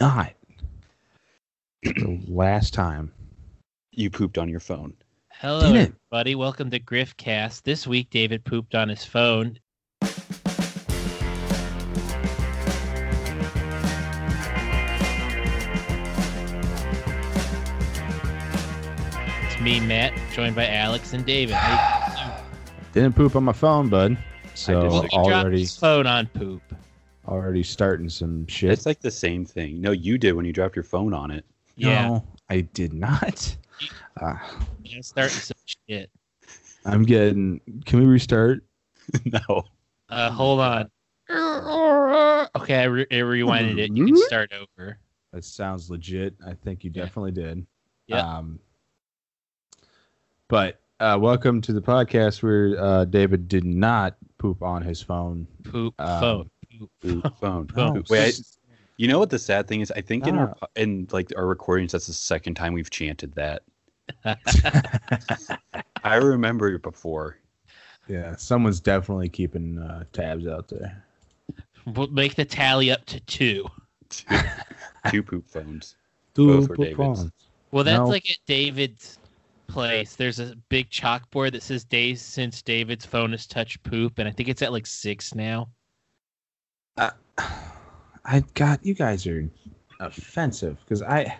not. the last time you pooped on your phone. Hello, Didn't. everybody. Welcome to Griffcast. This week, David pooped on his phone. It's me, Matt, joined by Alex and David. Hey, Didn't poop on my phone, bud. So well, he dropped Oh, already his phone on poop. already starting some shit. It's like the same thing. No, you did when you dropped your phone on it. Yeah, No, I did not. Uh, yeah, starting some shit. I'm getting. Can we restart? no. Uh, hold on. Okay, I, re- I rewinded it. You can start over. That sounds legit. I think you Yeah. definitely did. Yeah. Um, but uh, welcome to the podcast where uh, David did not poop on his phone. Poop, Um, phone, poop, Ooh, phone. Oh, No. Ooh, Wait, I- you know what the sad thing is? I think in our Ah. po- in like our recordings, that's the second time we've chanted that. I remember it before. yeah, someone's definitely keeping uh, tabs out there. We'll make the tally up to two. Two, two poop phones. Two Both were poop David's. phones. Well, that's No. like at David's place. There's a big chalkboard that says days since David's phone has touched poop, and I think it's at like six now. I got you guys are offensive because I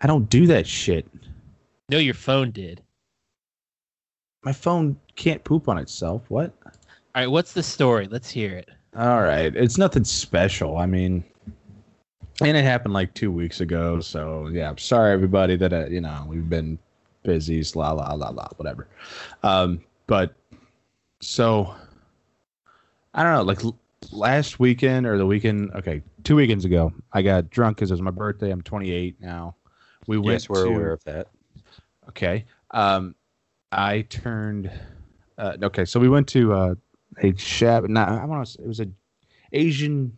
I don't do that shit. No, your phone did. My phone can't poop on itself. What? All right, what's the story? Let's hear it. All right, it's nothing special. I mean, and it happened like two weeks ago. So yeah, I'm sorry everybody that uh, you know we've been busy. La la la la whatever. Um, but so I don't know. Like l- last weekend or the weekend. Okay, two weekends ago, I got drunk because it was my birthday. I'm 28 now. We went yes, we're to aware of that. Okay. Um, I turned. Uh, okay, so we went to uh, a shab. Not I want to. It was a Asian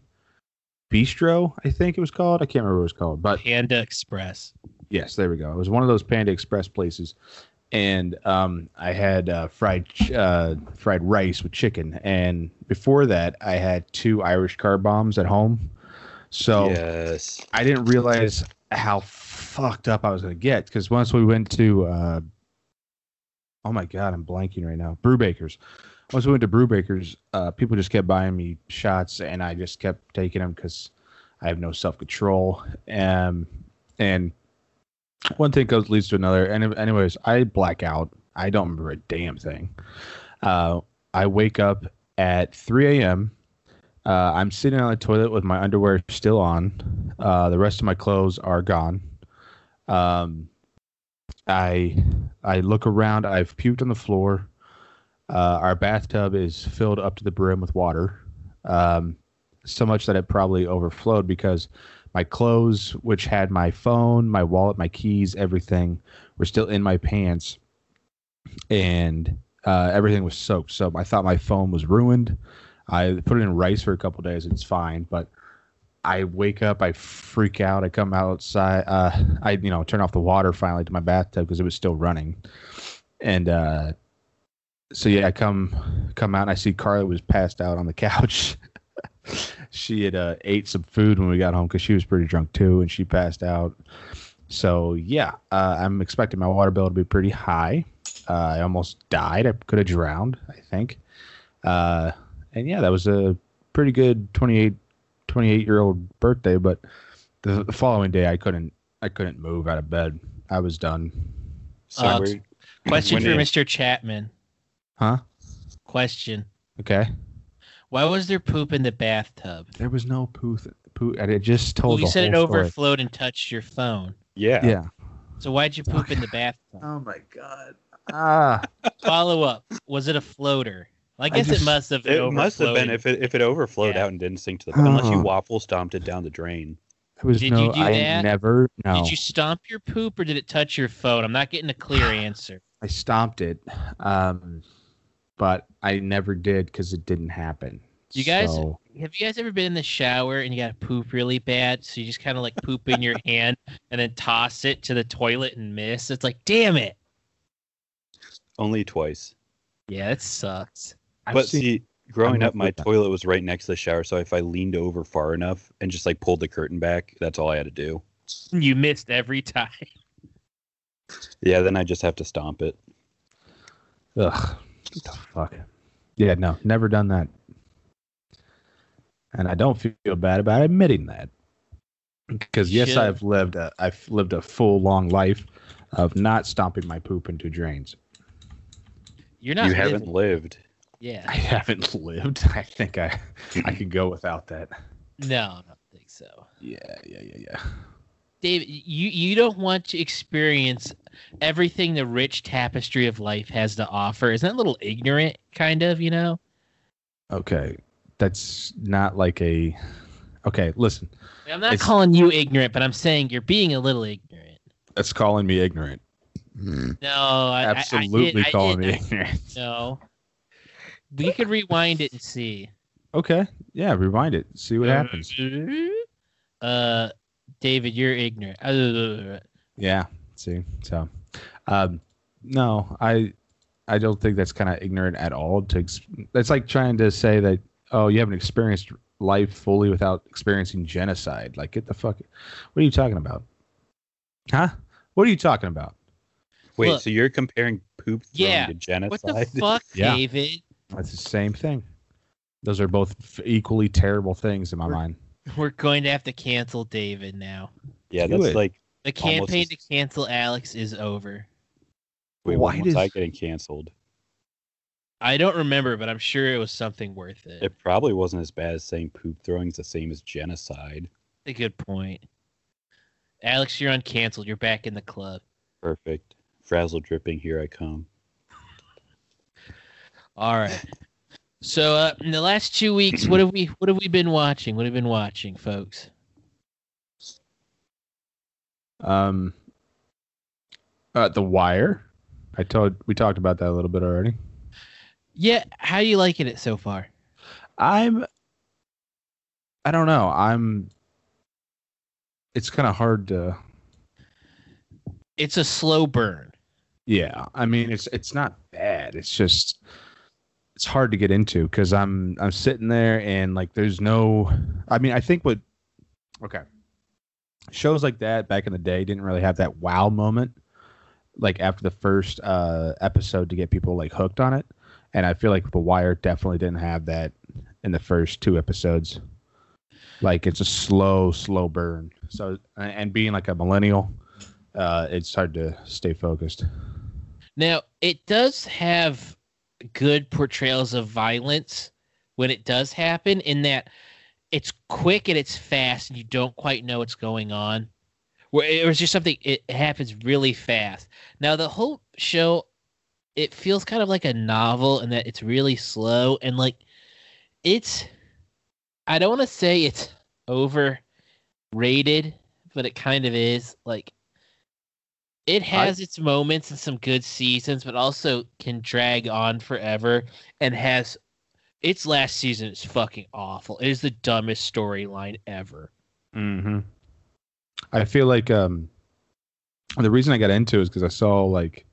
bistro. I think it was called. I can't remember what it was called, but Panda Express. yes, there we go. It was one of those Panda Express places, and um, I had uh, fried ch- uh, fried rice with chicken, and before that, I had two Irish car bombs at home. So. yes. I didn't realize how fucked up I was gonna get because once we went to, uh, oh my god, I'm blanking right now. Brewbakers. Once we went to Brewbakers, uh, people just kept buying me shots, and I just kept taking them because I have no self control. Um, and one thing goes leads to another. And anyways, I black out. I don't remember a damn thing. Uh, I wake up at 3 a.m. Uh, I'm sitting on the toilet with my underwear still on. Uh, the rest of my clothes are gone. Um, I I look around. I've puked on the floor. Uh, our bathtub is filled up to the brim with water, um, so much that it probably overflowed because my clothes, which had my phone, my wallet, my keys, everything, were still in my pants, and uh, everything was soaked. So I thought my phone was ruined. I put it in rice for a couple days. It's fine, but I wake up, I freak out, I come outside, uh, I you know turn off the water finally to my bathtub because it was still running, and uh, so yeah, I come come out and I see Carla was passed out on the couch. she had uh, ate some food when we got home because she was pretty drunk too, and she passed out. So yeah, uh, I'm expecting my water bill to be pretty high. Uh, I almost died. I could have drowned, I think. Uh, and yeah, that was a pretty good 28, 28 year old birthday. But the, the following day, I couldn't, I couldn't move out of bed. I was done. So Uh, we're- Question When for it- Mr. Chapman. Huh? Question. Okay. Why was there poop in the bathtub? There was no poo. Th- poo. And it just told Well, you the said it whole story. overflowed and touched your phone. yeah. Yeah. So why'd you poop in the bathtub? Oh my god. Ah. Follow up. Was it a floater? Well, I guess just- it must have. It must have been overflowing. if it if it overflowed Yeah. out and didn't sink to the unless you Oh. waffle stomped it down the drain. It was Did no. you do I that? never. No. Did you stomp your poop or did it touch your phone? I'm not getting a clear answer. I stomped it. Um, but I never did because it didn't happen. You guys- So- Have you guys ever been in the shower and you got to poop really bad? So you just kind of like poop in your hand and then toss it to the toilet and miss? It's like, damn it. Only twice. Yeah, it sucks. I've but seen- see, Growing I'm up, my with that. toilet was right next to the shower, so if I leaned over far enough and just like pulled the curtain back, that's all I had to do. You missed every time. Yeah, then I just have to stomp it. Ugh. What the fuck? Yeah, no, never done that. And I don't feel bad about admitting that. Because yes, Should. I've lived a I've lived a full long life of not stomping my poop into drains. You're not. you living- haven't lived. I Yeah. haven't lived. I think I I could go without that. No, I don't think so. Yeah, yeah, yeah, yeah. David, you you don't want to experience everything the rich tapestry of life has to offer. Isn't that a little ignorant, kind of? You know? Okay. That's not like a Okay, listen. I'm not It's- calling you ignorant, but I'm saying you're being a little ignorant. That's calling me ignorant. Hmm. No, I, I- I did- Absolutely I calling did me not- ignorant. No, we could rewind it and see. Okay. Yeah, rewind it. See what happens. Uh, David, you're ignorant. Uh, Yeah. See. So, um, no, I, I don't think that's kind of ignorant at all. To ex- that's like trying to say that oh, you haven't experienced life fully without experiencing genocide. Like, get the fuck. What are you talking about? Huh? What are you talking about? Wait, Look. so you're comparing poop throwing Yeah, to genocide? What the fuck, Yeah. David? That's the same thing. Those are both f- equally terrible things in my mind. We're going to have to cancel David now. Yeah, Do that's it. like The Almost campaign as- to cancel Alex is over. wait, Why why was does- I getting canceled? I don't remember, but I'm sure it was something worth it. It probably wasn't as bad as saying poop throwing is the same as genocide. a good point. Alex, you're uncanceled. You're back in the club. Perfect. Frazzle dripping, here I come. All right. So uh, in the last two weeks, what have we what have we been watching? What have we been watching, folks? Um, uh, the Wire. I told we talked about that a little bit already. Yeah, how you liking it so far? I'm I don't know. I'm it's kind of hard to It's a slow burn. yeah. I mean, it's it's not bad. It's just it's hard to get into cuz I'm I'm sitting there and like there's no I mean, I think what okay. Shows like that back in the day didn't really have that wow moment like after the first uh episode to get people like hooked on it. And I feel like The Wire definitely didn't have that in the first two episodes. Like it's a slow, slow burn. So and- and being like a millennial, uh, it's hard to stay focused. Now, it does have good portrayals of violence when it does happen, in that it's quick and it's fast, and you don't quite know what's going on. Where it was just something, it happens really fast. Now, the whole show, it feels kind of like a novel in that it's really slow and like it's, I don't want to say it's overrated, but it kind of is. Like, it has its moments and some good seasons, but also can drag on forever and has its last season is fucking awful. It is the dumbest storyline ever. Mm-hmm. I feel like um, the reason I got into it is because I saw like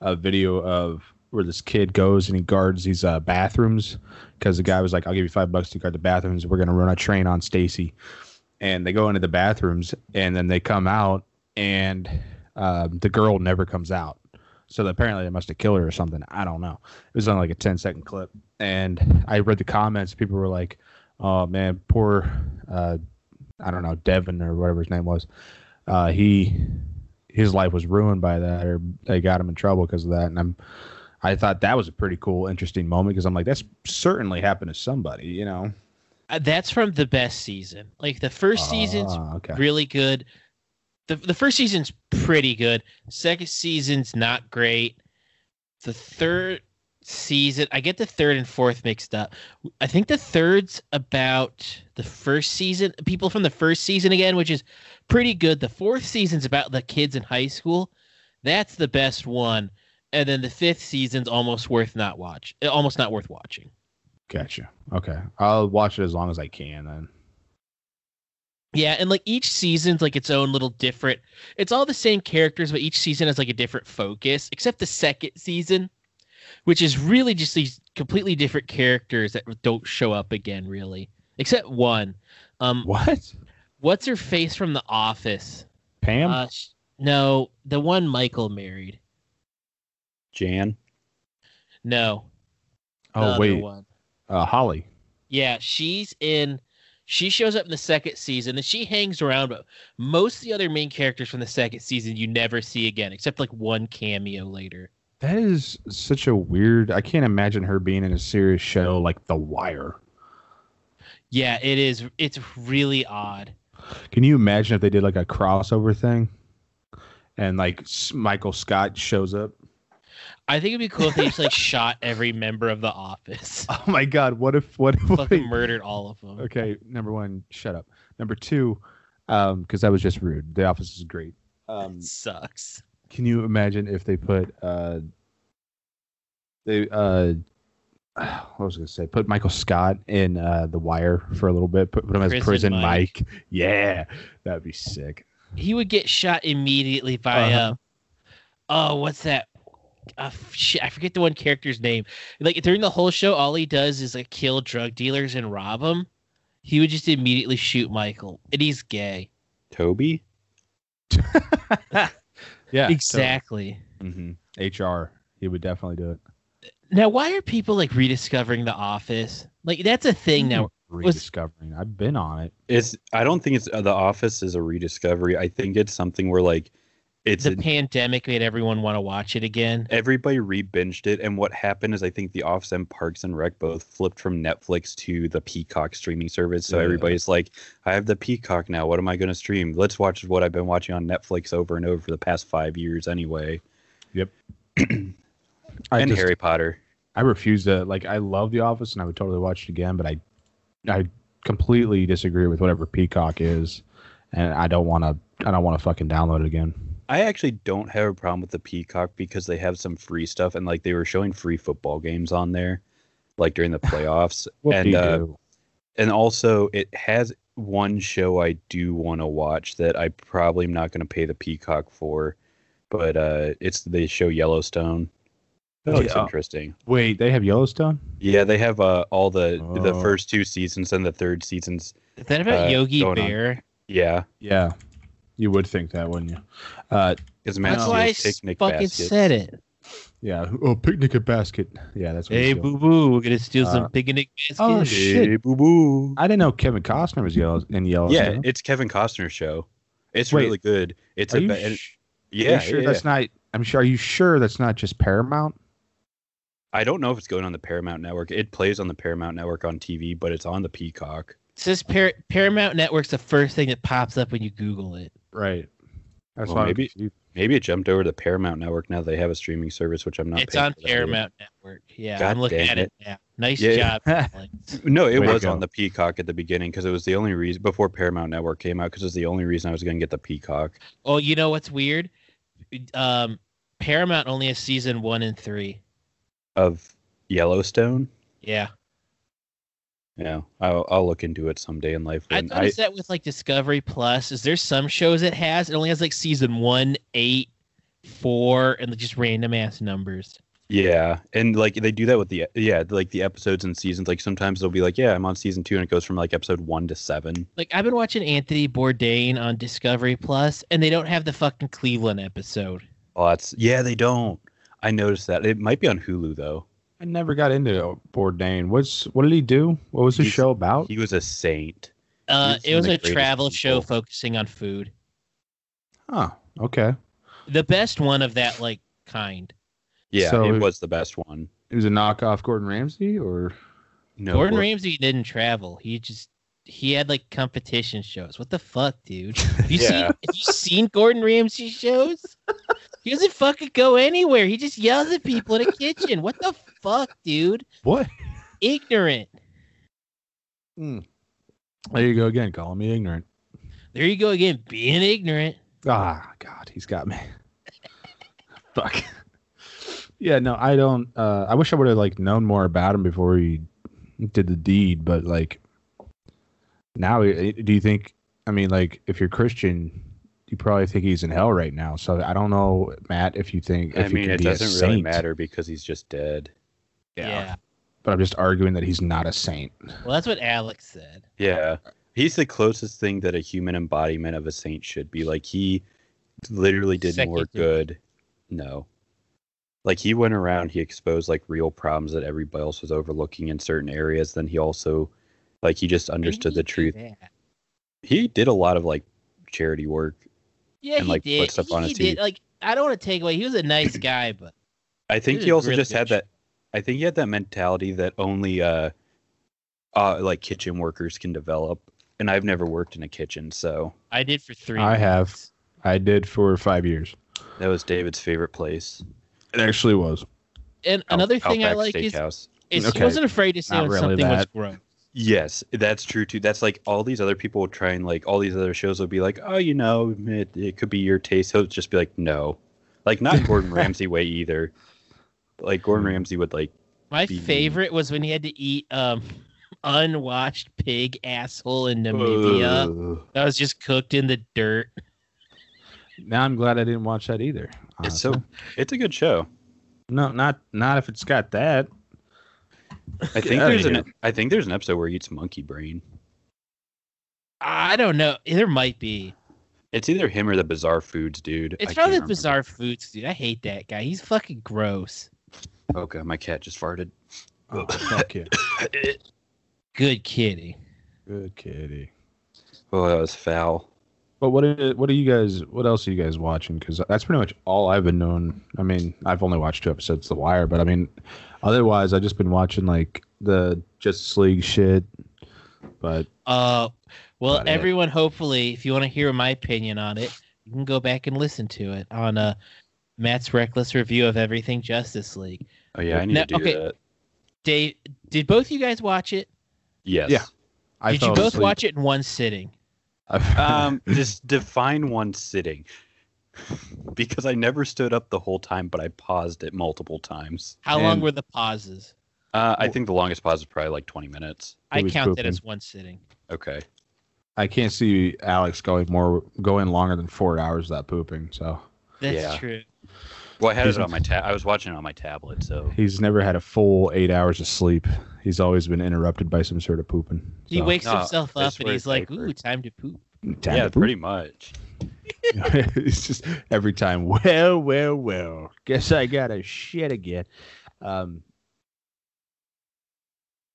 a video of where this kid goes and he guards these uh, bathrooms because the guy was like, "I'll give you five bucks to guard the bathrooms. We're gonna run a train on Stacy." And they go into the bathrooms and then they come out and um, the girl never comes out. So apparently they must have killed her or something. I don't know. It was on like a 10 second clip. And I read the comments. People were like, oh man, poor uh, I don't know Devin or whatever his name was. Uh, he his life was ruined by that, or they got him in trouble because of that. And I'm I thought that was a pretty cool, interesting moment because I'm like, that's certainly happened to somebody, you know. Uh, That's from the best season. Like the first season's Ah, okay. really good. The the first season's pretty good. Second season's not great. The third season, I get the third and fourth mixed up. I think the third's about the first season, people from the first season again, which is pretty good. The fourth season's about the kids in high school. That's the best one. And then the fifth season's almost worth not watch. Almost not worth watching. Gotcha. Okay, I'll watch it as long as I can. Then Yeah, and like each season's like its own little different. It's all the same characters, but each season has like a different focus, except the second season, which is really just these completely different characters that don't show up again really, except one. Um, What? what's her face from The Office? Pam? Uh, sh- no, the one Michael married. Jan. No. the oh other wait, One. uh, Holly. Yeah, she's in. She shows up in the second season and she hangs around, but most of the other main characters from the second season you never see again, except like one cameo later. That is such a weird. I can't imagine her being in a serious show like The Wire. Yeah, it is. It's really odd. Can you imagine if they did like a crossover thing, and like S- Michael Scott shows up? I think it'd be cool if they just like shot every member of the office, Oh my God! What if? What if? What fucking if murdered all of them. okay, number one, shut up. Number two, um, because that was just rude. The Office is great. Um, Sucks. can you imagine if they put uh they uh what was I gonna say? Put Michael Scott in uh the wire for a little bit, put, put him as Prison prison Mike. Mike. Yeah. That'd be sick. He would get shot immediately by uh Uh-huh. oh, what's that? Uh, shit, I forget the one character's name. Like during the whole show, all he does is like kill drug dealers and rob them. He would just immediately shoot Michael, and he's gay. Toby. Yeah. exactly. Mm-hmm. hmm HR. He would definitely do it. Now, why are people like rediscovering The Office? Like that's a Hmm. thing now. rediscovering. I've been on it. It's. I don't think it's uh, the Office is a rediscovery. I think it's something where like, it's The an- pandemic made everyone want to watch it again. everybody re-binged it, and what happened is I think the Office and Parks and Rec both flipped from Netflix to the Peacock streaming service. So Yeah. everybody's like, I have the Peacock now. What am I going to stream? Let's watch what I've been watching on Netflix over and over for the past five years anyway. I and just- Harry Potter. I refuse to like I love The Office and I would totally watch it again, but I I completely disagree with whatever Peacock is. And I don't wanna I don't wanna fucking download it again. I actually don't have a problem with the Peacock because they have some free stuff, and like they were showing free football games on there, like during the playoffs, and uh, Whoop-dee-doo. and also it has one show I do want to watch that I probably am not going to pay the Peacock for, but uh, it's the show Yellowstone. That looks Oh, Yeah. interesting. Wait, they have Yellowstone? Yeah, they have uh, all the the Oh. first two seasons and the third seasons. Is that about Uh, Yogi going on. Bear? Yeah, Yeah. You would think that, wouldn't you? Uh, it's Man That's Steel's why I a s- picnic fucking basket. said it. yeah. Oh, picnic at basket. Yeah, that's what Hey, it's called. boo boo, we're gonna steal some Uh, picnic baskets. oh, sh- Shit. Hey, boo boo. I didn't know Kevin Costner was yellow in Yeah, Oh, Yellowstone. it's Kevin Costner's show. It's Wait, really good. It's Are a you ba- and- sh- are you yeah, sure yeah, that's not? I'm sure. Are you sure that's not just Paramount? I don't know if it's going on the Paramount Network. It plays on the Paramount Network on TV, but it's on the Peacock. It says Par- Paramount Network's the first thing that pops up when you Google it. Right. That's Well, why maybe- maybe. Maybe it jumped over to Paramount Network now. They have a streaming service, which I'm not. it's paying on for that either. Paramount Network. Yeah, God I'm looking damn at it. now. Nice Yeah. job. Alex. No, it Way to was on go. the Peacock at the beginning because it was the only reason before Paramount Network came out because it was the only reason I was going to get the Peacock. oh, you know what's weird? Um, Paramount only has season one and three. of Yellowstone. Yeah, Yeah, I'll, I'll look into it someday in life. I when I, noticed that with like Discovery Plus. Is there some shows it has? It only has like season one, eight, four, and just random ass numbers. yeah, and like they do that with the yeah, like the episodes and seasons. Like sometimes they'll be like, yeah, I'm on season two, and it goes from like episode one to seven. Like I've been watching Anthony Bourdain on Discovery Plus, and they don't have the fucking Cleveland episode. Oh, that's yeah, they don't. I noticed that it might be on Hulu though. I never got into Bourdain. What's what did he do? What was his He's- show about? He was a saint. Uh, These it are was the a greatest travel show people. focusing on food. Huh. Okay. The best one of that like kind. Yeah, So- it was the best one. It was a knockoff Gordon Ramsay, or No, Gordon Gor- Ramsay didn't travel. He just he had like competition shows. What the fuck, dude? Have you seen Yeah. have you seen Gordon Ramsay shows? He doesn't fucking go anywhere. He just yells at people in a kitchen. What the fuck, dude? what? Ignorant. There you go again, calling me ignorant. There you go again, being ignorant. Ah, God, he's got me. Fuck. Yeah, no, I don't. Uh, I wish I would have like known more about him before he did the deed, but like now, i- do you think? I mean, like, if you're Christian, you probably think he's in hell right now. So I don't know, Matt, if you think if I he mean, can it be a doesn't really saint. matter because he's just dead. Yeah. but I'm just arguing that he's not a saint. Well, that's what Alex said. Yeah. He's the closest thing that a human embodiment of a saint should be. Like he literally did more Secular. good. No. Like he went around, he exposed like real problems that everybody else was overlooking in certain areas. Then he also like he just understood Maybe the he truth. did that. He did a lot of like charity work. Yeah, And, he like, put did. stuff he on his did. teeth. Like, I don't want to take away. He was a nice guy, but I think was he a also really just good had show. that I think he had that mentality that only uh uh like kitchen workers can develop. And I've never worked in a kitchen, so I did for three. I have. months. I did for five years. that was David's favorite place. It actually was. And Out- another thing I Outback like is, Steakhouse. is Okay. he wasn't afraid to say Not when really something was that. gross. Yes, that's true too. That's like all these other people would try and like all these other shows would be like, oh, you know, it, it could be your taste. He'll just be like, no, like not Gordon Ramsay way either. Like Gordon Ramsay would like, My Be mean. favorite was when he had to eat um unwashed pig asshole in Namibia "Ugh." that was just cooked in the dirt. Now I'm glad I didn't watch that either. It's honestly. so, it's a good show. no, not not if it's got that. I think outta there's here. an, I think there's an episode where he eats monkey brain. I don't know. There might be. It's either him or the Bizarre Foods dude. It's I probably can't the bizarre foods, dude. I hate that guy. He's fucking gross. remember. Okay, my cat just farted. Oh, fuck yeah. Good kitty. Good kitty. Oh, that was foul. But what are, what are you guys? What else are you guys watching? Because that's pretty much all I've been doing. I mean, I've only watched two episodes of The Wire, but I mean, otherwise, I've just been watching like the Justice League shit. But Uh, well, About it. everyone, hopefully, if you want to hear my opinion on it, you can go back and listen to it on uh, Matt's reckless review of everything Justice League. Oh yeah, I need Now- to do okay. that. Dave, did both you guys watch it? Yes. Yeah. I did you fell both asleep. watch it in one sitting? Um, just define one sitting. Because I never stood up the whole time, but I paused it multiple times. How long And- were the pauses? Uh, I think the longest pause is probably like 20 minutes. I was count that pooping. as one sitting. Okay. I can't see Alex going more going longer than four hours without pooping. So That's Yeah. true. Well, I had He's- it on my tab. I was watching it on my tablet, so he's never had a full eight hours of sleep. He's always been interrupted by some sort of pooping. He So, wakes No, himself this up and word he's like, paper. "Ooh, time to poop." time yeah, to poop. pretty much. it's just every time. Well, well, well. Guess I gotta shit again. Um,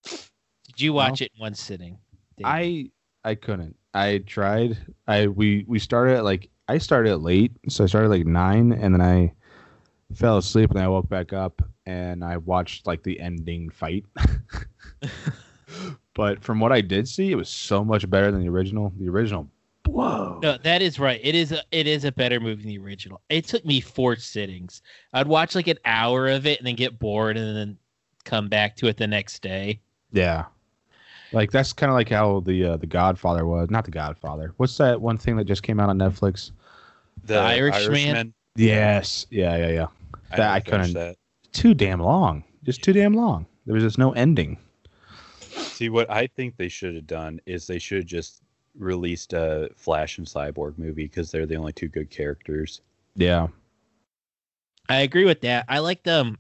Did you watch it in one sitting? Dave? I I couldn't. I tried. I we we started at like I started at late, so I started like nine, and then I fell asleep, and I woke back up, and I watched like the ending fight. but from what I did see, it was so much better than the original. The original, whoa, No, that is right. It is a it is a better movie than the original. It took me four sittings. I'd watch like an hour of it and then get bored and then come back to it the next day. yeah. Like that's kind of like how the uh, the Godfather was. Not the Godfather. What's that one thing that just came out on Netflix? The, Irishman? Yes. Yeah. Yeah. Yeah. That never I finished couldn't- That. Too damn long. Just too damn long. There was just no ending. See, what I think they should have done is they should have just released a Flash and Cyborg movie because they're the only two good characters. Yeah. I agree with that. I liked um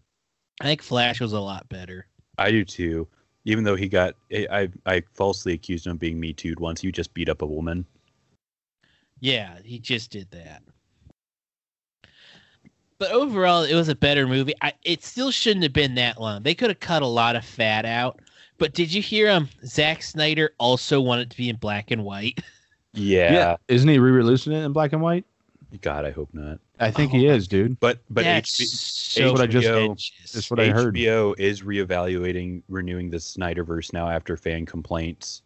I think Flash was a lot better. I do too. Even though he got, I, I, I falsely accused him of being Me Too'd once. He just beat up a woman. Yeah, he just did that. But overall, it was a better movie. I, it still shouldn't have been that long. They could have cut a lot of fat out. But did you hear um Zack Snyder also wanted to be in black and white? yeah. Isn't he re-releasing it in black and white? God, I hope not. I think Oh he my is, dude. But but That's HB- so that's what I just- pretentious. That's what I heard. HBO is reevaluating renewing the Snyderverse now after fan complaints.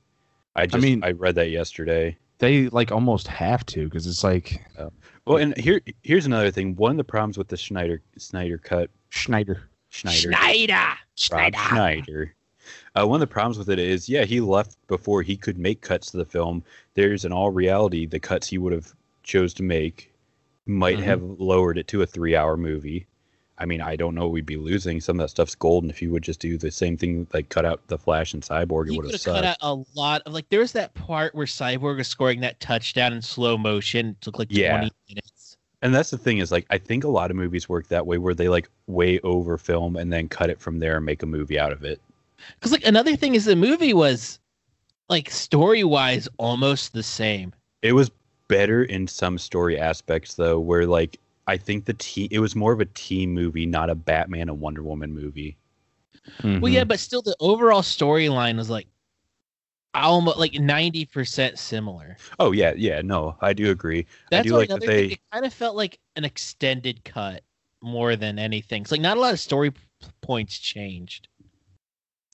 I just mean- I read that yesterday. They like almost have to because it's like Well, and here here's another thing. One of the problems with the Schneider Snyder cut Schneider. Schneider Rob Schneider. Schneider. Uh, one of the problems with it is, yeah, he left before he could make cuts to the film. There's in all reality the cuts he would have chose to make might Mm-hmm. Mhm. have lowered it to a three hour movie. I mean, I don't know we'd be losing. Some of that stuff's golden. If you would just do the same thing, like cut out the Flash and Cyborg, it He would could have have cut sucked. out a lot of like. There was that part where Cyborg was scoring that touchdown in slow motion. It took like Yeah. twenty minutes. and that's the thing is, like, I think a lot of movies work that way, where they like way over film and then cut it from there and make a movie out of it. Because like another thing is the movie was like story wise almost the same. It was better in some story aspects though, where like I think the team it was more of a team movie, not a Batman and Wonder Woman movie. Mm-hmm. Well, yeah, but still the overall storyline was like almost like ninety percent similar. Oh yeah, yeah, no, I do agree. That's do what like that another thing. they- It kind of felt like an extended cut more than anything. It's like not a lot of story p- points changed.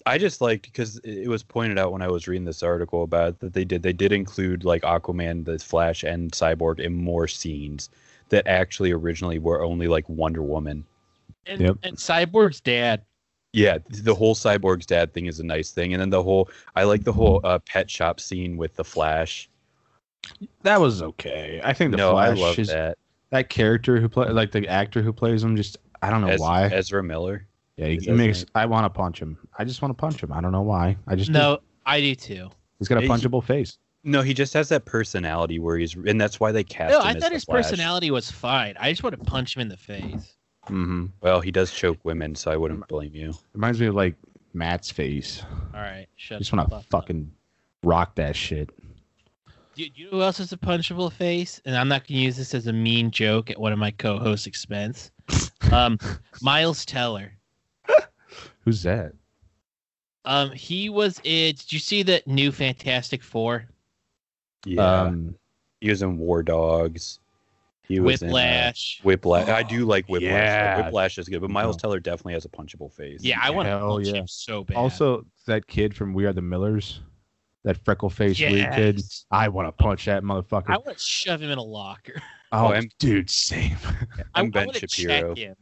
I just liked because it it was pointed out when I was reading this article about it that they did they did include like Aquaman, the Flash, and Cyborg in more scenes that actually originally were only like Wonder Woman. And, Yep. and Cyborg's dad. Yeah, the whole Cyborg's dad thing is a nice thing, and then the whole I like the whole uh, pet shop scene with the Flash. that was okay. I think the no, Flash I love is that. that. character who play like the actor who plays him. Just I don't know Ez- why. Ezra Miller. yeah, he, is he makes. Ezra. I want to punch him. I just want to punch him. I don't know why. I just do. No, I do too. He's got a He- punchable face. No, he just has that personality where he's, and that's why they cast No, him. I as thought the his Flash. personality was fine. I just want to punch him in the face. Mm-hmm. Well, he does choke women, so I Mm. wouldn't blame you. Reminds me of like Matt's face. All right, shut I just the want to fuck up. fucking rock that shit. Do do you know who else has a punchable face? And I'm not going to use this as a mean joke at one of my co-hosts' expense. Um, Miles Teller. Who's that? Um, he was. in did you see the new Fantastic Four? Yeah, Um, he was in War Dogs. He was in uh, Whiplash. Whiplash. I do like Whiplash. Oh, Yeah. Oh. though. Whiplash is good, but Miles No. Teller definitely has a punchable face. yeah, I want to Hell punch yeah. him so bad. also, that kid from We Are the Millers, that freckle faced weird kid. Yes. I want to punch that I motherfucker. want to shove him in a locker. oh, Oh, I'm- dude, same. I, I'm I Ben wanna check Shapiro. him.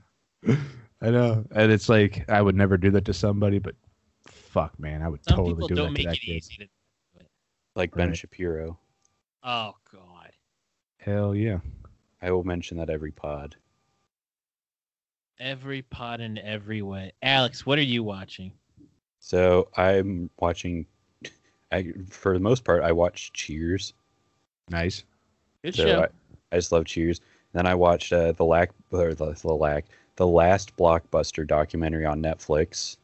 I know, and it's like I would never do that to somebody, but fuck, man, I would Some totally people do don't that to make that it kid. easy. To, like Ben Right. Shapiro. oh God. Hell yeah. I will mention that every pod. Every pot in every way. Alex, what are you watching? So I'm watching. I, for the most part, I watch Cheers. Nice. Good So show. I, I just love Cheers. Then I watched uh, the lack or the, the lack the last blockbuster documentary on Netflix.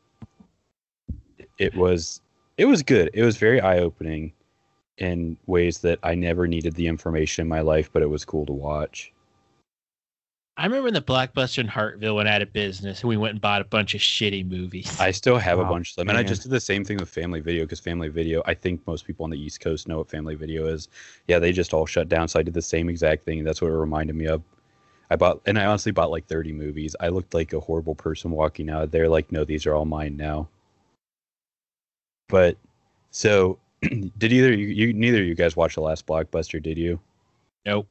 It was it was good. It was very eye opening in ways that I never needed the information in my life, but it was cool to watch. I remember when the blockbuster in Hartville went out of business, and we went and bought a bunch of shitty movies. I still have a Wow, bunch of them, and I man. just did the same thing with Family Video because Family Video. I think most people on the East Coast know what Family Video is. Yeah, they just all shut down. So I did the same exact thing. And that's what it reminded me of. I bought, and I honestly bought like 30 movies. I looked like a horrible person walking out of there. Like, no, these are all mine now. But so, did either you, you neither of you guys watch the last blockbuster? Did you? nope.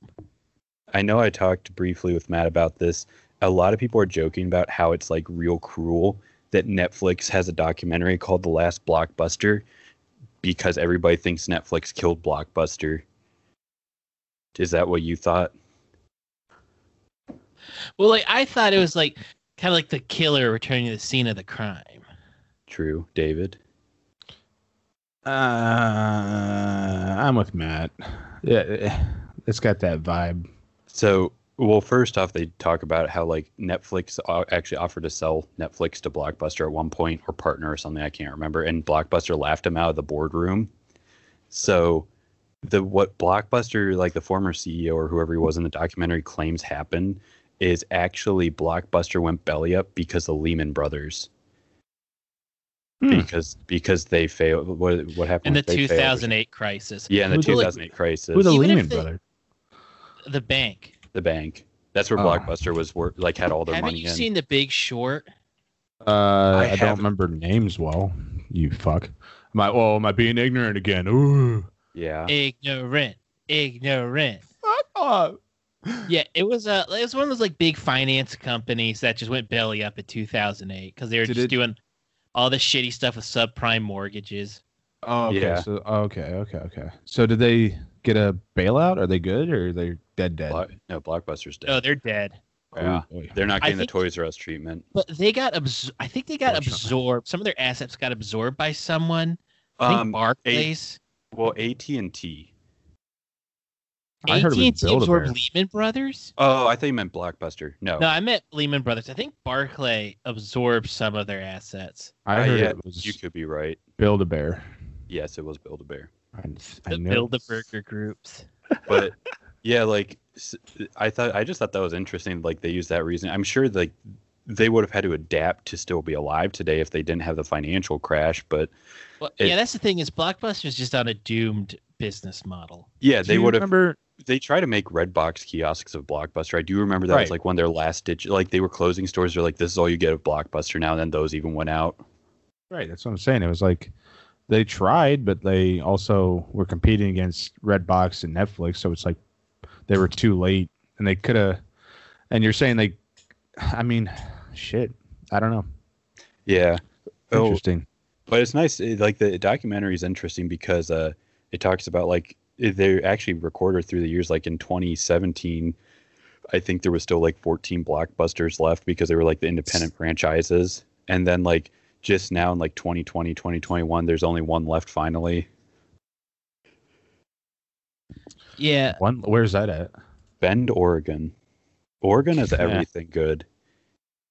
I know I talked briefly with Matt about this. A lot of people are joking about how it's like real cruel that Netflix has a documentary called The Last Blockbuster because everybody thinks Netflix killed Blockbuster. Is that what you thought? Well, like I thought it was like kind of like the killer returning to the scene of the crime. True, David. Uh, I'm with Matt. Yeah, it- it's got that vibe. So, well, first off, they talk about how like Netflix uh, actually offered to sell Netflix to Blockbuster at one point or partner or something I can't remember, and Blockbuster laughed him out of the boardroom. So, the what Blockbuster, like the former CEO or whoever he was in the documentary, claims happened is actually Blockbuster went belly up because of Lehman Brothers. Hmm. Because because they failed. What, what in happened? the when they failed? 2008 crisis. Yeah, in the Who the- 2008 crisis. Who the Even if Lehman they- brother? The bank. the bank. That's where Oh. Blockbuster was wor- like had all their Haven't money you in. seen The Big Short? Uh, I, don't haven't. remember names well. You fuck. Am I? Oh, am I being ignorant again? Ooh. yeah. Ignorant. Ignorant. Fuck off. Yeah, it was uh, it was one of those like big finance companies that just went belly up in 2008 because they were Did just it- doing all the shitty stuff with subprime mortgages. Oh, okay. Yeah. So, oh, okay, okay, okay. So, did they get a bailout? Are they good or are they dead? Dead. Block- no, Blockbuster's dead. No, they're dead. Oh, yeah. boy. They're not I getting the think- Toys R Us treatment. But they got abs- I think they got Fortunately. absorbed. Some of their assets got absorbed by Um, someone. I think Um, Barclays. well, AT and T. I heard AT it was and T absorbed Build-A-Bear. Oh. Lehman Brothers. Oh, I thought you meant Blockbuster. No. No, I meant Lehman Brothers. I think Barclay absorbed some of their assets. Uh, I heard yeah, it was you could be right. Build a Bear. Yes, it was Build a Bear. I, I The know. Build a Burger groups. But yeah, like s- I thought, I just thought that was interesting. Like they used that reason. I'm sure like they would have had to adapt to still be alive today if they didn't have the financial crash. But Well, It- yeah, that's the thing is Blockbuster's just on a doomed business model. yeah, Do they you would have. remember. They try to make red box kiosks of Blockbuster. I do remember that was Right. like one of their last ditch. Like they were closing stores. They're like, this is all you get of Blockbuster now. And then those even went out. Right, that's what I'm saying. It was like they tried, but they also were competing against Redbox and Netflix, so it's like they were too late, and they could have. And you're saying they, I mean, shit, I don't know. Yeah. Oh, Interesting. but it's nice it- like the documentary is interesting because uh it talks about like they actually recorded through the years like in 2017 i think there was still like 14 blockbusters left because they were like the independent franchises and then like just now in like 2020 2021 there's only one left finally Yeah, One, where's that at? bend oregon oregon is Yeah. everything good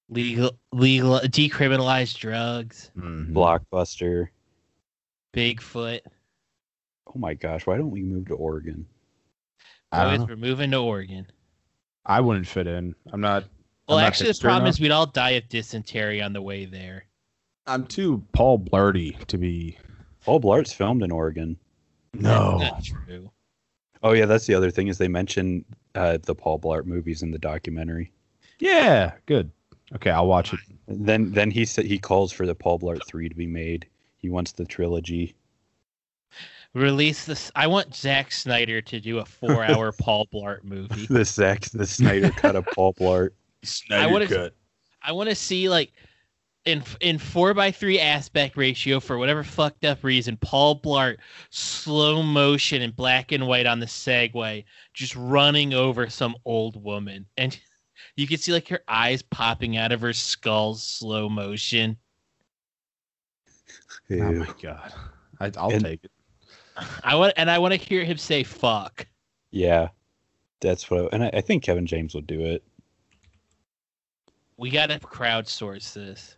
legal, legal, decriminalized drugs, Mm-hmm. blockbuster Bigfoot. oh my gosh why don't we move to oregon I don't Boys, know. we're moving to Oregon. I wouldn't fit in. I'm not. Well, not actually, the hipster problem enough. is we'd all die of dysentery on the way there. I'm too Paul Blarty to be. paul blart's filmed in oregon That's not true. oh yeah that's the other thing is they mention uh, the paul blart movies in the documentary Yeah. Good. Okay, I'll watch it. Then then he said he calls for the Paul Blart three to be made. He wants the trilogy. Release this. I want Zack Snyder to do a four-hour Paul Blart movie. The Zack the Snyder cut of Paul Blart. I wanna- I want to see like in in four by three aspect ratio for whatever fucked up reason. Paul Blart slow motion in black and white on the Segway, just running over some old woman, and you can see like her eyes popping out of her skull, slow motion. Oh Ew. my god. I, I'll And- take it. I want and I want to hear him say "fuck." Yeah, that's what. and I, I think Kevin James would do it. We gotta crowdsource this,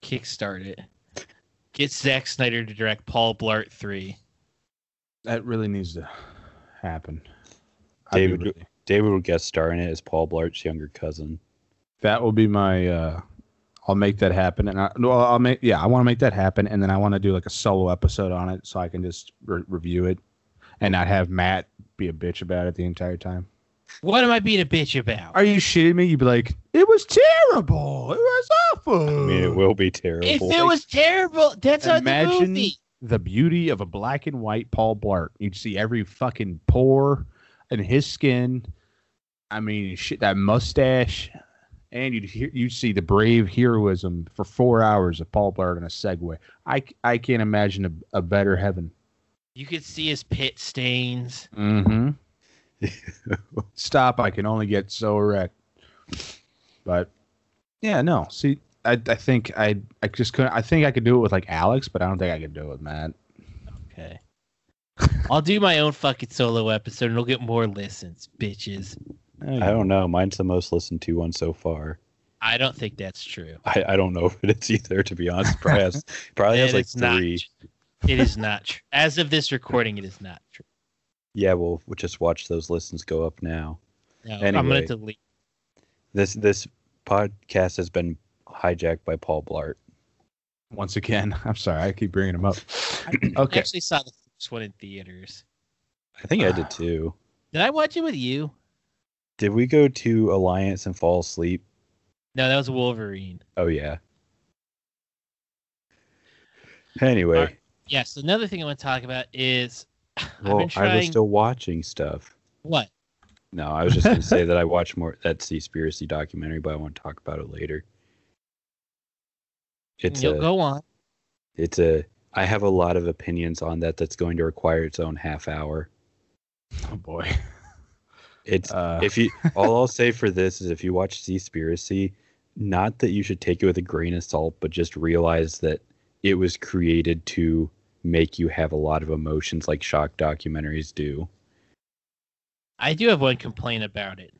kickstart it, get Zack Snyder to direct Paul Blart three. That really needs to happen. I'd be David, really- David would guest star in it as Paul Blart's younger cousin. that will be my. uh I'll make that happen, and I, well, I'll make. Yeah, I want to make that happen, and then I want to do like a solo episode on it, so I can just re- review it, and not have Matt be a bitch about it the entire time. What am I being a bitch about? Are you shitting me? You'd be like, it was terrible. It was awful. I mean, it will be terrible. If it was terrible, that's not the Imagine- movie. the beauty of a black and white Paul Blart. You'd see every fucking pore in his skin. I mean, shit, that mustache, and you'd hear, you'd see the brave heroism for four hours of Paul Blart on a Segway. I, c- I can't imagine a, a better heaven. You could see his pit stains. Mm-hmm. Stop! I can only get so erect. But yeah, no. See, I, I think I I just couldn't. I think I could do it with like Alex, but I don't think I could do it with Matt. Okay. I'll do my own fucking solo episode and it'll get more listens, bitches. I don't know. Mine's the most listened to one so far. I don't think that's true. I, I don't know if it's either. To be honest, probably has, probably has And like it's not three. tr- It is not true. As of this recording, it is not true. Yeah, we'll, we'll just watch those listens go up now. No, I'm Anyway. gonna delete. This this podcast has been hijacked by Paul Blart. once again. I'm sorry, I keep bringing them up. Okay, I actually saw the first one in theaters. I think I did too. Did I watch it with you? Did we go to Alliance and fall asleep? No, that was Wolverine. Oh yeah. Anyway, Alright, Yes. Another thing I want to talk about is I've well, been I trying. was still watching stuff. What? No, I was just gonna say that I watched more that Seaspiracy documentary, but I want to talk about it later. It's You'll a, go on. it's a. I have a lot of opinions on that. That's going to require its own half hour. oh boy. It's Uh, if you all I'll say for this is if you watch Seaspiracy, not that you should take it with a grain of salt, but just realize that it was created to make you have a lot of emotions like shock documentaries do. I do have one complaint about it.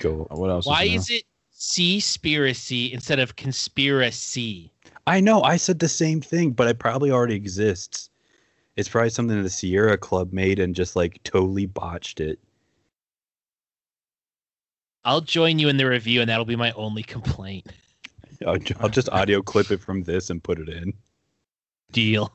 Go. What else? Why there? is it Seaspiracy instead of conspiracy? I know. I said the same thing, but it probably already exists. It's probably something the Sierra Club made and just like totally botched it. I'll join you in the review, and that'll be my only complaint. I'll, ju- I'll just audio clip it from this and put it in. Deal.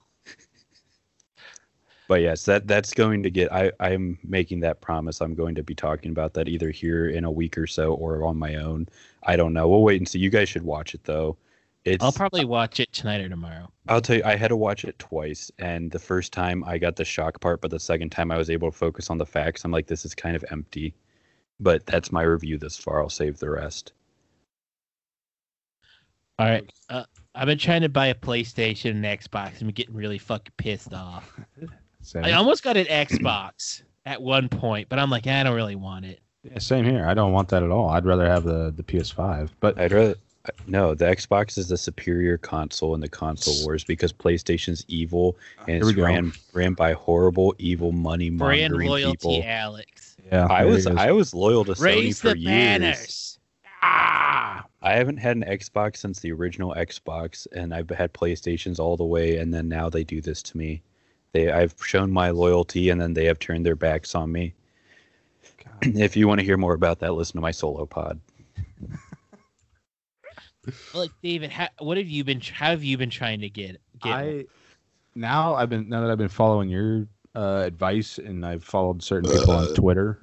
But yes, that that's going to get. I I'm making that promise. I'm going to be talking about that either here in a week or so or on my own. I don't know. We'll wait and see. You guys should watch it though. It's. I'll probably watch it tonight or tomorrow. I'll tell you, I had to watch it twice, and the first time I got the shock part, but the second time I was able to focus on the facts. I'm like, this is kind of empty. But that's my review this far. I'll save the rest. All right. Uh, I've been trying to buy a PlayStation and Xbox. I'm getting really fucking pissed off. Same. I almost got an Xbox at one point, but I'm like, I don't really want it. Yeah, same here. I don't want that at all. I'd rather have the the PS5. But I'd rather. No, the Xbox is the superior console in the console wars because PlayStation's evil and Ah, Here we it's go. ran ran by horrible, evil money Brand mongering loyalty, people. Alex. yeah, I there was it is. I was loyal to Raise Sony for the years. banners. ah. I haven't had an Xbox since the original Xbox, and I've had PlayStations all the way, and then now they do this to me. They, I've shown my loyalty, and then they have turned their backs on me. God. If you want to hear more about that, listen to my solo pod. Look, David, how, what have you been? How have you been trying to get? get I now I've been now that I've been following your uh, advice and I've followed certain people on Twitter.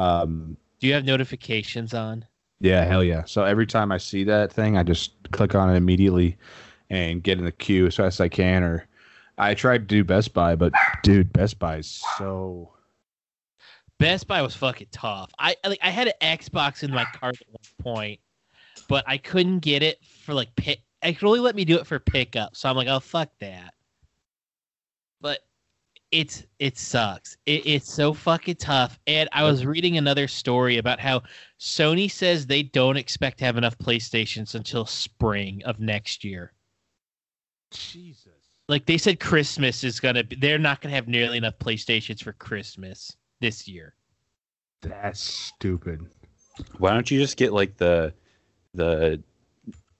Um, Do you have notifications on? yeah, hell yeah. So every time I see that thing, I just click on it immediately and get in the queue as fast as I can. Or I tried to do Best Buy, but dude, Best Buy is so Best Buy was fucking tough. I I- like I had an Xbox in my cart at one point, but I couldn't get it for like pick. It only let me do it for pickup, so I'm like, oh fuck that. But it's it sucks. It, it's so fucking tough. And I was reading another story about how Sony says they don't expect to have enough PlayStations until spring of next year. Jesus. like they said christmas is gonna be they're not gonna have nearly enough playstations for christmas this year That's stupid. Why don't you just get like the the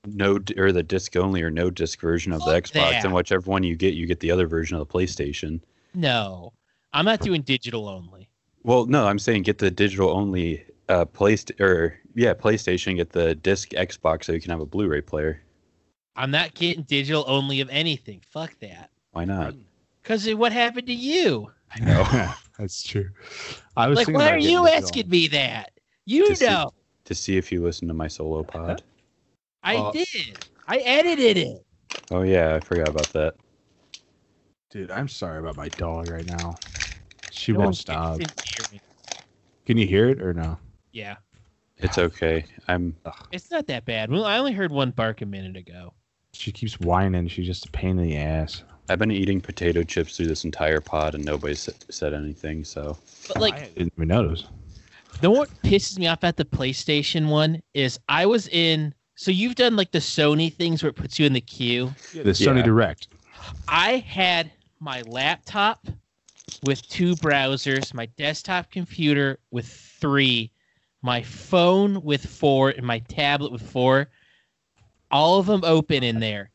no d- or the disc only or no disc version of the Fuck Xbox, that. and whichever one you get, you get the other version of the PlayStation. no i'm not doing digital only Well, no, I'm saying get the digital only uh, PlayStation or yeah PlayStation, get the disc Xbox so you can have a Blu-ray player. i'm not getting digital only of anything fuck that Why not? because what happened to you I know. That's true. I was like thinking why about are getting you it done. asking me that you Just- know to see if you listen to my solo pod. i Uh, did i edited it Oh yeah, I forgot about that. Dude, I'm sorry about my dog right now. She No won't one's stop. fucking hearing. Can you hear it or no? yeah It's okay. I'm it's not that bad well i only heard one bark a minute ago She keeps whining. She's just a pain in the ass. I've been eating potato chips through this entire pod and nobody's s- said anything. So but like I didn't even notice. The one that pisses me off about the PlayStation one is I was in. So you've done like the Sony things where it puts you in the queue. the Sony Yeah. Direct. I had my laptop with two browsers, my desktop computer with three, my phone with four, and my tablet with four. All of them open in there.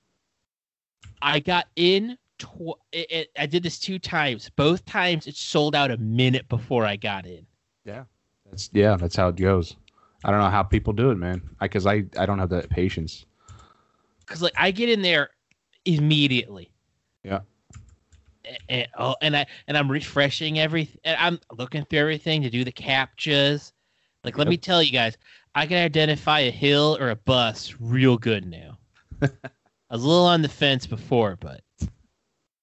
I got in. Tw- it, it, I did this two times. Both times it sold out a minute before I got in. That's yeah, that's how it goes. I don't know how people do it, man. I Because I, I don't have that patience. because like I get in there immediately. Yeah. A- And, oh, and I and I'm refreshing everything. I'm looking through everything to do the captchas. Like, let Yep. me tell you guys, I can identify a hill or a bus real good now. I was a little on the fence before, but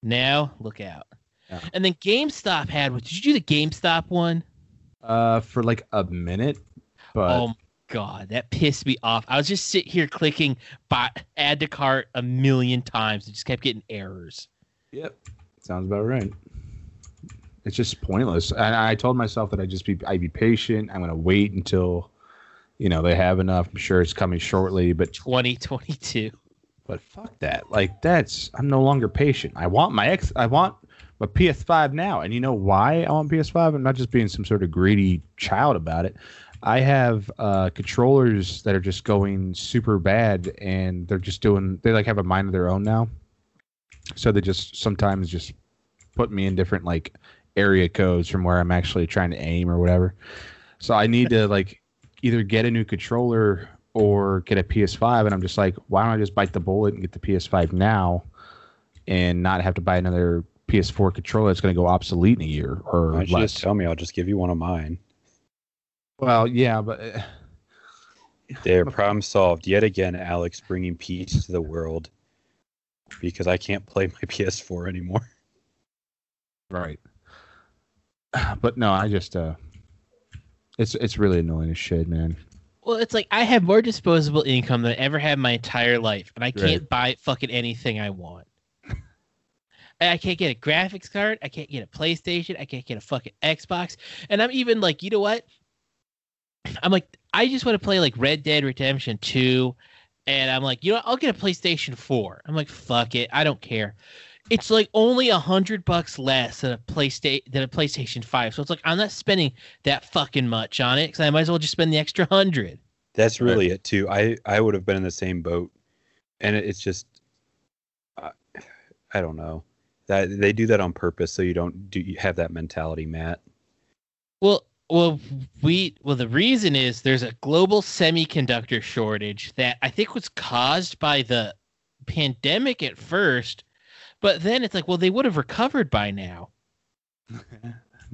now look out. Yeah. And then GameStop had. Did you do the GameStop one? Uh, for like a minute, but oh my god, that pissed me off. I was just sitting here clicking buy, add to cart a million times and just kept getting errors. yep, sounds about right. It's just pointless. And I told myself that I would just be I'd be patient. I'm gonna wait until, you know, they have enough. I'm sure it's coming shortly, but 2022. But fuck that. Like that's I'm no longer patient. I want my ex I want but PS5 now. And you know why I want PS5? I'm not just being some sort of greedy child about it. I have uh, controllers that are just going super bad, and they're just doing. They like have a mind of their own now, so they just sometimes just put me in different like area codes from where I'm actually trying to aim or whatever. So I need to like either get a new controller or get a PS5, and I'm just like, why don't I just bite the bullet and get the PS5 now, and not have to buy another PS4 controller that's going to go obsolete in a year or Why don't you less. just tell me? I'll just give you one of mine. well, yeah, but uh, There, problem solved yet again. Alex bringing peace to the world because I can't play my PS4 anymore. right. But no, I just uh, it's it's really annoying as shit, man. Well, it's like I have more disposable income than I ever had in my entire life, and I can't Right. buy fucking anything I want. And I can't get a graphics card. I can't get a PlayStation. I can't get a fucking Xbox. And I'm even like, you know what? I'm like, I just want to play like Red Dead Redemption 2. And I'm like, you know what? I'll get a PlayStation 4. I'm like, fuck it. I don't care. It's like only a hundred bucks less than a PlayStation than a PlayStation 5. So it's like I'm not spending that fucking much on it because I might as well just spend the extra hundred. That's Right. really it too. I I would have been in the same boat, and it, it's just, I, I don't know that they do that on purpose so you don't do you have that mentality, Matt. Well, well, we well the reason is there's a global semiconductor shortage that I think was caused by the pandemic at first, but then it's like, well, they would have recovered by now.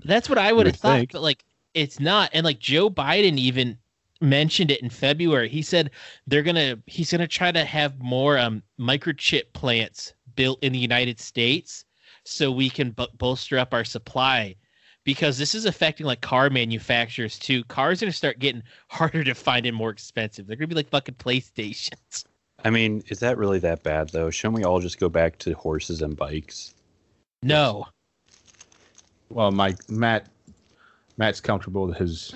That's what I would have would thought, think. but like it's not. And like Joe Biden even mentioned it in February. He said they're gonna he's gonna try to have more um microchip plants built in the United States so we can bu- bolster up our supply because this is affecting like car manufacturers too. Cars are gonna start getting harder to find and more expensive. They're gonna be like fucking PlayStations. I mean, is that really that bad though? Shouldn't we all just go back to horses and bikes? No, Well, Mike, Matt, Matt's comfortable with his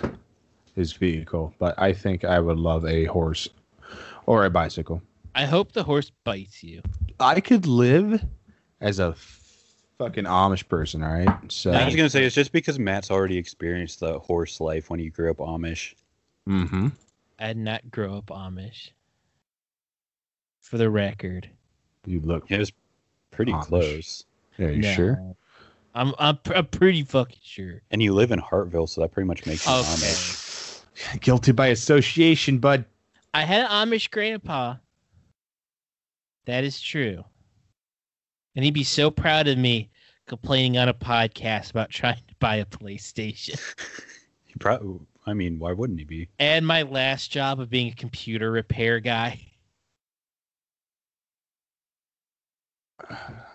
his vehicle, but I think I would love a horse or a bicycle. I hope the horse bites you. I could live as a fucking Amish person, all right? So, I was gonna say it's just because Matt's already experienced the horse life when he grew up Amish. mm-hmm. I did not grow up Amish. For the record, you look. It was pretty Amish. close. Are you No. sure? I'm I'm, pr- I'm pretty fucking sure. And you live in Hartville, so that pretty much makes you Oh, Okay. Amish. Guilty by association, bud. I had an Amish grandpa. That is true. And he'd be so proud of me complaining on a podcast about trying to buy a PlayStation. He probably, I mean, why wouldn't he be? and my last job of being a computer repair guy.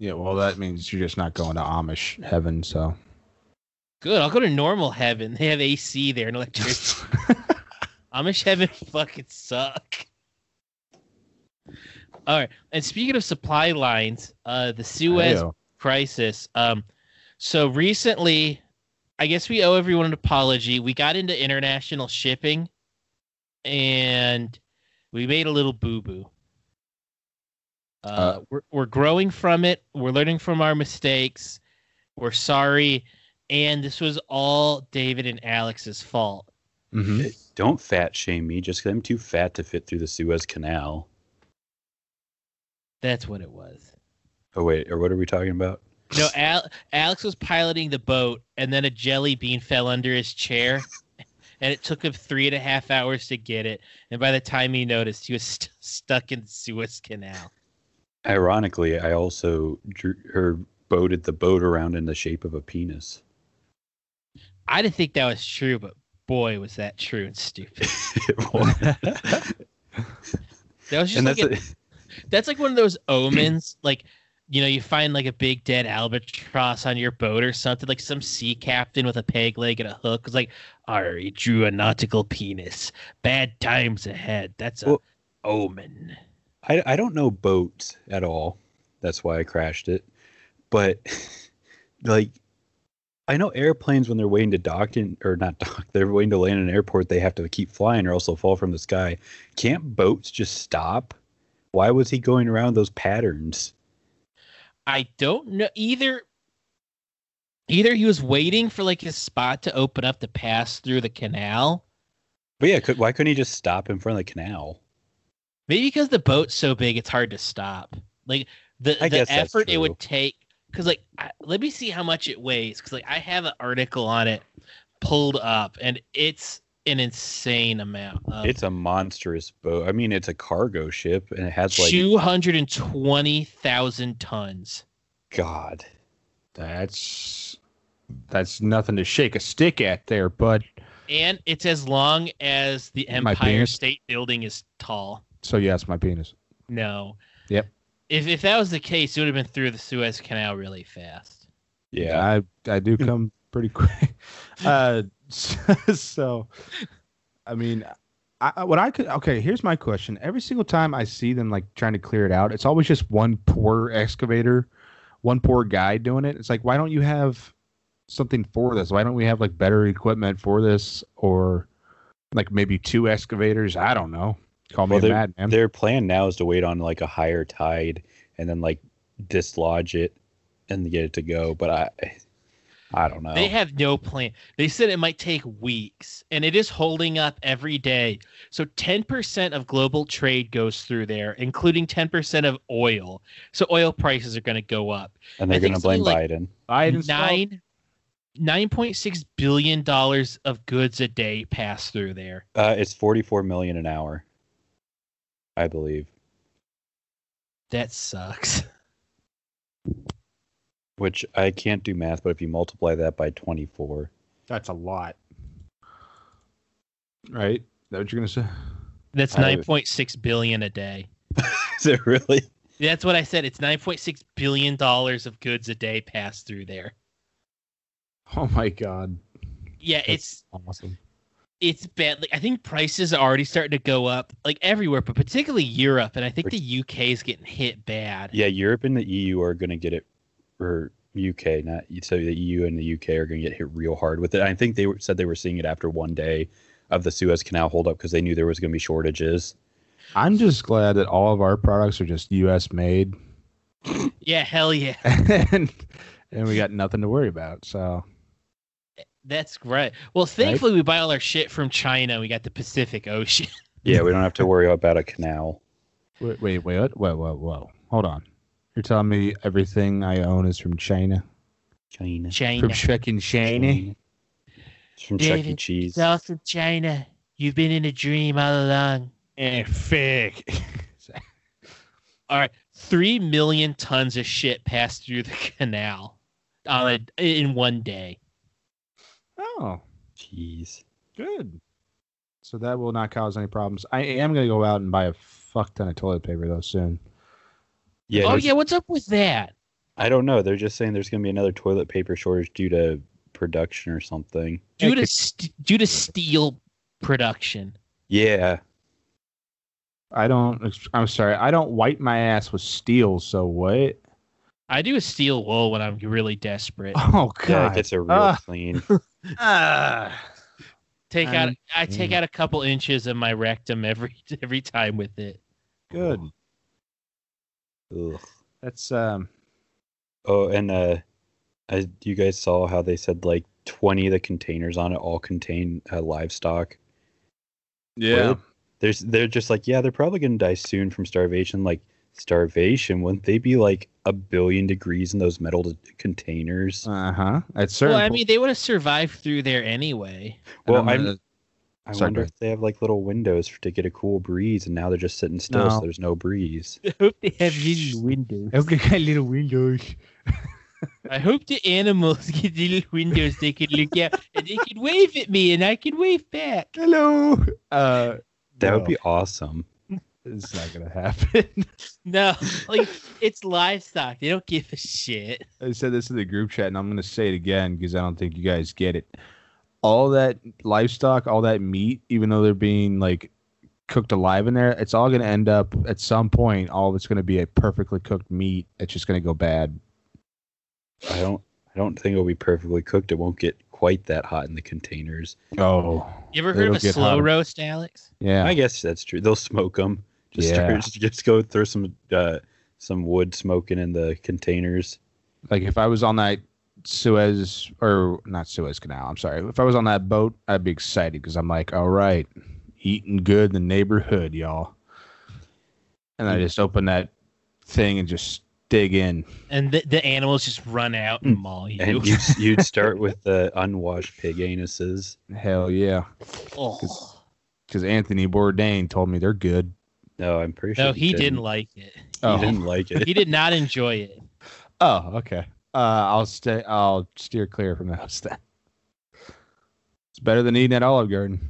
Yeah, well, that means you're just not going to Amish heaven, so. Good. I'll go to normal heaven. They have AC there and electricity. Amish heaven fucking suck. All right. And speaking of supply lines, uh, the Suez Ayo. crisis. Um, so recently, I guess we owe everyone an apology. We got into international shipping, and we made a little boo boo. Uh, Uh, we're we're growing from it. We're learning from our mistakes. We're sorry, and this was all David and Alex's fault. Mhm. Don't fat shame me just 'cause I'm too fat to fit through the Suez Canal. That's what it was. Oh, wait, or what are we talking about? No, Al- Alex was piloting the boat, and then a jelly bean fell under his chair, and it took him three and a half hours to get it. And by the time he noticed, he was st- stuck in the Suez Canal. Ironically, I also drew or boated the boat around in the shape of a penis. I didn't think that was true, but boy, was that true and stupid. It was. That was just and like that's a- a, that's like one of those omens, like. You know, you find like a big dead albatross on your boat or something, like some sea captain with a peg leg and a hook was like, Arr, he drew a nautical penis. Bad times ahead. That's a Well- omen. I, I don't know boats at all. That's why I crashed it. But like I know airplanes when they're waiting to dock in or not dock, they're waiting to land in an airport, they have to keep flying or else they'll fall from the sky. Can't boats just stop? Why was he going around those patterns? I don't know either. either he was waiting for like his spot to open up to pass through the canal, But yeah, could, why couldn't he just stop in front of the canal? Maybe because the boat's so big, it's hard to stop. Like the I the guess that's effort it true. would take. Because like, I, let me see how much it weighs. Because like, I have an article on it pulled up, and it's an insane amount. Of It's a monstrous boat. I mean, it's a cargo ship, and it has like two hundred and twenty thousand tons. God. That's that's nothing to shake a stick at there, bud. And it's as long as the My Empire penis? State Building is tall. So yeah, it's my penis. No. Yep. If if that was the case, it would have been through the Suez Canal really fast. Yeah. I I do come pretty quick. Uh, so, I mean, I, I- what I could okay. Here's my question: Every single time I see them like trying to clear it out, it's always just one poor excavator, one poor guy doing it. It's like, why don't you have something for this? Why don't we have like better equipment for this, or like maybe two excavators? I don't know. Call me Well, a they're- madman. Their plan now is to wait on like a higher tide and then like dislodge it and get it to go. But I, I don't know. They have no plan. They said it might take weeks, and it is holding up every day. So 10% of global trade goes through there, including 10% of oil. So oil prices are going to go up. and they're I think going to blame something like Biden. Biden's fault. Nine, $9.6 billion dollars of goods a day pass through there. Uh, it's forty-four million an hour, I believe, That sucks. which I can't do math. But if you multiply that by twenty-four, That's a lot, right? That what you're gonna say? That's I- 9.6 billion a day. is it really? That's what I said. It's 9.6 billion dollars of goods a day pass through there. Oh my god, Yeah, That's- it's awesome. it's bad. Like, I think prices are already starting to go up, like everywhere, but particularly Europe. And I think the UK is getting hit bad. Yeah, Europe and the EU are going to get it, or UK, not so the EU and the UK are going to get hit real hard with it. I think they were- said they were seeing it after one day of the Suez Canal holdup because they knew there was going to be shortages. I'm just glad that all of our products are just U.S. made, Yeah, hell yeah. and and we got nothing to worry about. So That's right. Well, thankfully we buy all our shit from China. We got the Pacific Ocean. Yeah, we don't have to worry about a canal. wait, wait, wait, what? whoa, whoa, whoa, hold on. You're telling me everything I own is from China? China. China. From fucking China? It's from Chuck E. David, Cheese. It's all from China. You've been in a dream all along. Eh, fuck. All right. Three million tons of shit passed through the canal on a, in one day. Oh, Jeez. good. So that will not cause any problems. I am gonna go out and buy a fuck ton of toilet paper though soon. Yeah, oh, there's- yeah. What's up with that? I don't know. They're just saying there's going to be another toilet paper shortage due to production or something. Due to, st- due to steel production. Yeah. I don't. I'm sorry. I don't wipe my ass with steel. So what? I do a steel wool when I'm really desperate. Oh Yeah, it god. gets a real Ah. clean. Ah. Take out I'm- I take Mm. out a couple inches of my rectum every every time with it. Good. Ugh. That's um. Oh, and uh, I, you guys saw how they said like 20 of the containers on it all contain uh, livestock. Yeah. There's, they're just like, yeah, they're probably going to die soon from starvation. Like, starvation, wouldn't they be like a billion degrees in those metal d- containers? Uh huh. At certain. Um, Well, I mean, they would have survived through there anyway. well, I'm I'm, gonna- I sorry, wonder go ahead. if they have like little windows to get a cool breeze, and now they're just sitting still, so No. there's no breeze. I hope they have little windows. Okay, got little windows. I hope the animals get little windows they can look out and they can wave at me and I can wave back. Hello. Uh, That would no, be awesome. It's not gonna happen. No, like it's livestock. They don't give a shit. I said this in the group chat, and I'm gonna say it again because I don't think you guys get it. All that livestock, all that meat, even though they're being like cooked alive in there, it's all gonna end up at some point. All of it's gonna be a perfectly cooked meat. It's just gonna go bad. I don't, I don't think it'll be perfectly cooked. It won't get quite that hot in the containers. Oh. You ever heard of a slow roast, Alex? Yeah. I guess that's true. They'll smoke them. Just, Yeah. throw- just go throw some uh, some wood smoking in the containers. like if I was on that Suez or not Suez Canal. I'm sorry. If I was on that boat, I'd be excited because I'm like, all right, eating good in the neighborhood, y'all. And I just open that thing and just dig in. and the, the animals just run out and maul you. And you'd, you'd start with the unwashed pig anuses. Hell yeah. Oh. Because Anthony Bourdain told me they're good. No, I'm pretty sure. No, he didn't like it. He Oh, didn't like it. He did not enjoy it. oh okay. Uh, I'll stay. I'll steer clear from those then. It's better than eating at Olive Garden.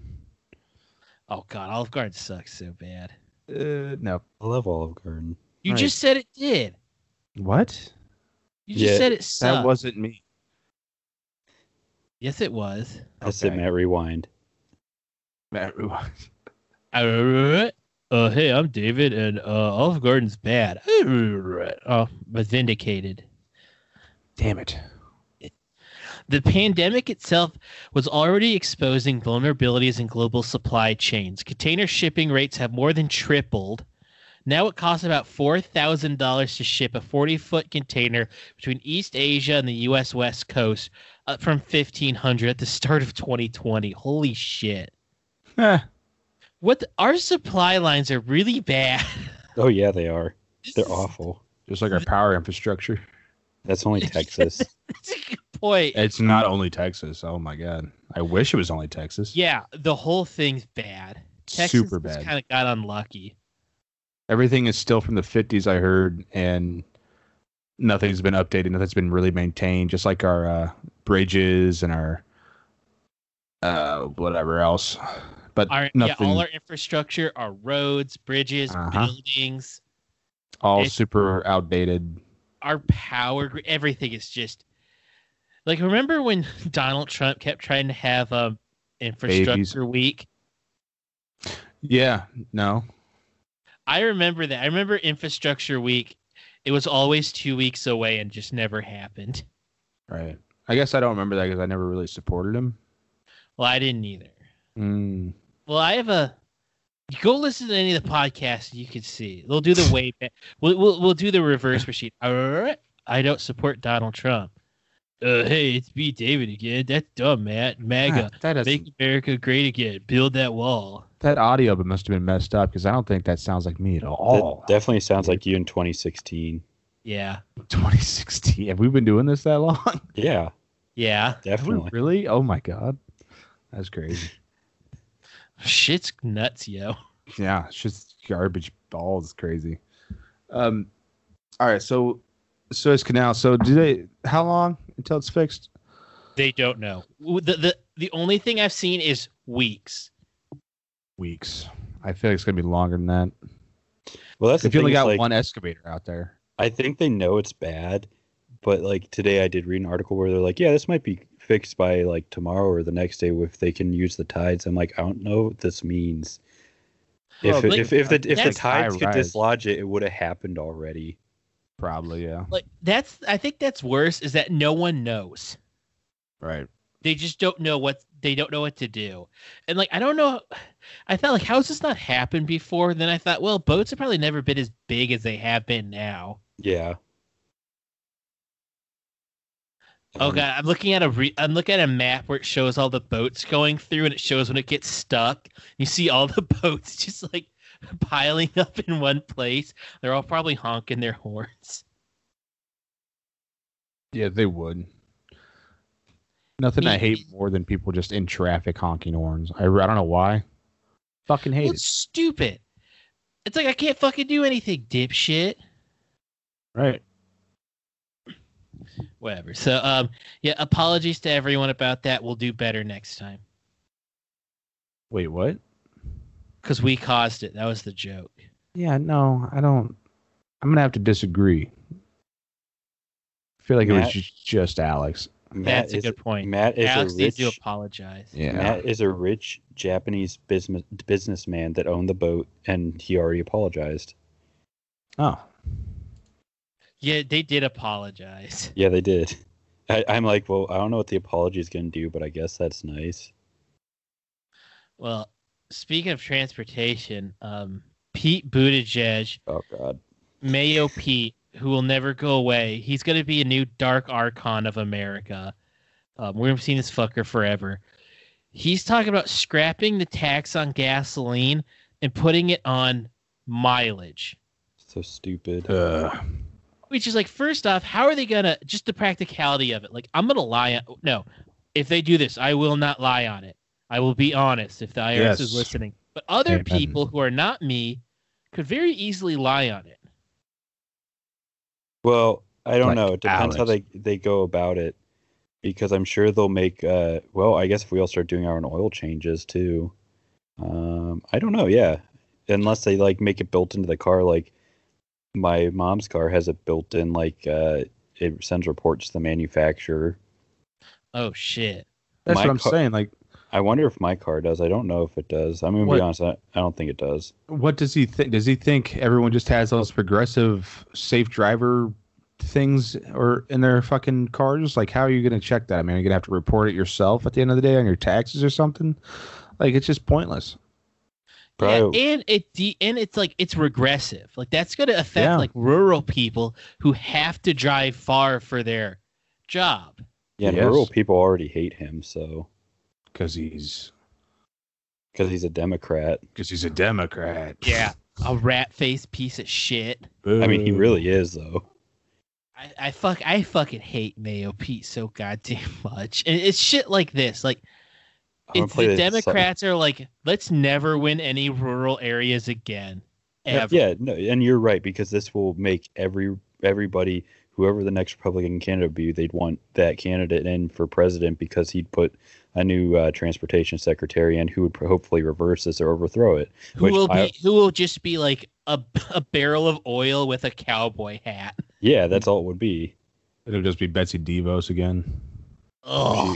Oh God, Olive Garden sucks so bad. Uh, no. I love Olive Garden. You Right. just said it did. What? You just Yeah, said it That sucked. wasn't me. yes, it was. I said Okay. Matt Rewind. Matt Ruan. Uh, hey, I'm David, and uh, Olive Garden's bad. Oh, but vindicated. Damn it. The pandemic itself was already exposing vulnerabilities in global supply chains. Container shipping rates have more than tripled. Now it costs about $4,000 to ship a 40 foot container between East Asia and the U.S. West Coast, up from 1500 at the start of 2020. Holy shit. Eh, What the- our supply lines are really bad. Oh yeah, they are. This They're is- awful. just like our power infrastructure. That's only Texas. That's a good point. It's not only Texas. Oh my god. I wish it was only Texas. Yeah, the whole thing's bad. Texas Super bad. kind of got unlucky. Everything is still from the 50s I heard and nothing's been updated. Nothing's been really maintained just like our uh, bridges and our uh whatever else. But our yeah, nothing all all, our infrastructure, our roads, bridges, Uh-huh. buildings, it's- super outdated. our power, gr- everything is just like remember when Donald Trump kept trying to have um infrastructure week? Yeah, no. I remember that. I remember infrastructure week. It was always 2 weeks away and just never happened. Right. I guess I don't remember that cuz I never really supported him. Well, I didn't either. Mm. Well, I have a go listen to any of the podcasts you can see. They'll do the way back. We'll, we'll we'll do the reverse machine. Alright, I don't support Donald Trump. Uh, hey, it's me, David again. That's dumb, Matt. MAGA. Ah, that doesn't- Make America great again. Build that wall. That audio but must have been messed up because I don't think that sounds like me at all. That definitely sounds like you in 2016. Yeah, 2016. Have we been doing this that long? Yeah, yeah. Have we definitely. really? Oh my god, that's crazy. Shit's nuts, yo. yeah, it's just garbage balls. Crazy. Um, all right. So Suez Canal. So do they? How long until it's fixed? They don't know. W- The the the only thing I've seen is weeks. Weeks. I feel like it's gonna be longer than that. Well, that's the If you thing. only is, got like, one excavator out there. I think they know it's bad, but like today I did read an article where they're like, yeah, this might be fixed by like tomorrow or the next day if they can use the tides. I'm like, I don't know what this means. Well, If, like, if, if the if the that's- tides could high-rise. dislodge it, it would have happened already. Probably. Yeah. Like that's I think that's worse is that no one knows. Right. they just don't know what they don't know what to do and like i don't know i thought like how's this not happened before then i thought well boats have probably never been as big as they have been now Yeah. oh Um, god i'm looking at a re- i'm looking at a map where it shows all the boats going through and it shows when it gets stuck you see all the boats just like piling up in one place they're all probably honking their horns Yeah, they would. Nothing I Me- hate more than people just in traffic honking horns. I, I don't know why. Fucking hate well, it. it's stupid it's like i can't fucking do anything dipshit Right. whatever. So um yeah, apologies to everyone about that. We'll do better next time Wait, what? cuz we caused it. That was the joke. Yeah, no, I don't. I'm gonna have to disagree. I feel like it was Matt- just, just Alex. Matt That's a is, good point. Matt is Alex a needs rich to apologize. Yeah. Matt is a rich Japanese business businessman that owned the boat, and he already apologized. Oh, Yeah, they did apologize. Yeah, they did. I, I'm like, well, I don't know what the apology is going to do, but I guess that's nice. Well, speaking of transportation, um Pete Buttigieg, Oh God, Mayo Pete who will never go away. He's going to be a new dark archon of America. Um, we're going to see this fucker forever. He's talking about scrapping the tax on gasoline and putting it on mileage, So stupid. Uh, which is like, first off, how are they going to just the practicality of it? Like, I'm going to lie. On, no, if they do this, I will not lie on it. I will be honest if the IRS Yes. is listening. But other Amen. people who are not me could very easily lie on it. Well, I don't Like know. It depends how they Alex. they go about it, because I'm sure they'll make. Uh, well, I guess if we all start doing our own oil changes too, um, I don't know. Yeah, unless they like make it built into the car, like my mom's car has it built in. Like uh, it sends reports to the manufacturer. Oh, shit. that's My what I'm car- saying. Like, I wonder if my car does. I don't know if it does. I'm gonna What- be honest. I, I don't think it does. what does he think? Does he think everyone just has those progressive safe driver things or in their fucking cars? Like, how are you going to check that? I mean, you're going to have to report it yourself at the end of the day on your taxes or something. Like, it's just pointless. Probably. Yeah, and it de- and it's like it's regressive. Like that's going to affect Yeah. like rural people who have to drive far for their job. Yeah, and Yes. rural people already hate him. So Because he's because he's a Democrat. because he's a Democrat. a rat faced piece of shit. I mean, he really is though. I, I fuck I fucking hate Mayo Pete so goddamn much. And it's shit like this. Like I'm gonna it's play the this- Democrats are like, let's never win any rural areas again. Yeah, Ever. Yeah, no, and you're right because this will make every everybody, whoever the next Republican candidate would be, they'd want that candidate in for president because he'd put a new uh, transportation secretary in who would hopefully reverse this or overthrow it. who which will I- be who will just be like a, a barrel of oil with a cowboy hat. Yeah, that's all it would be. It'll just be Betsy DeVos again. Oh,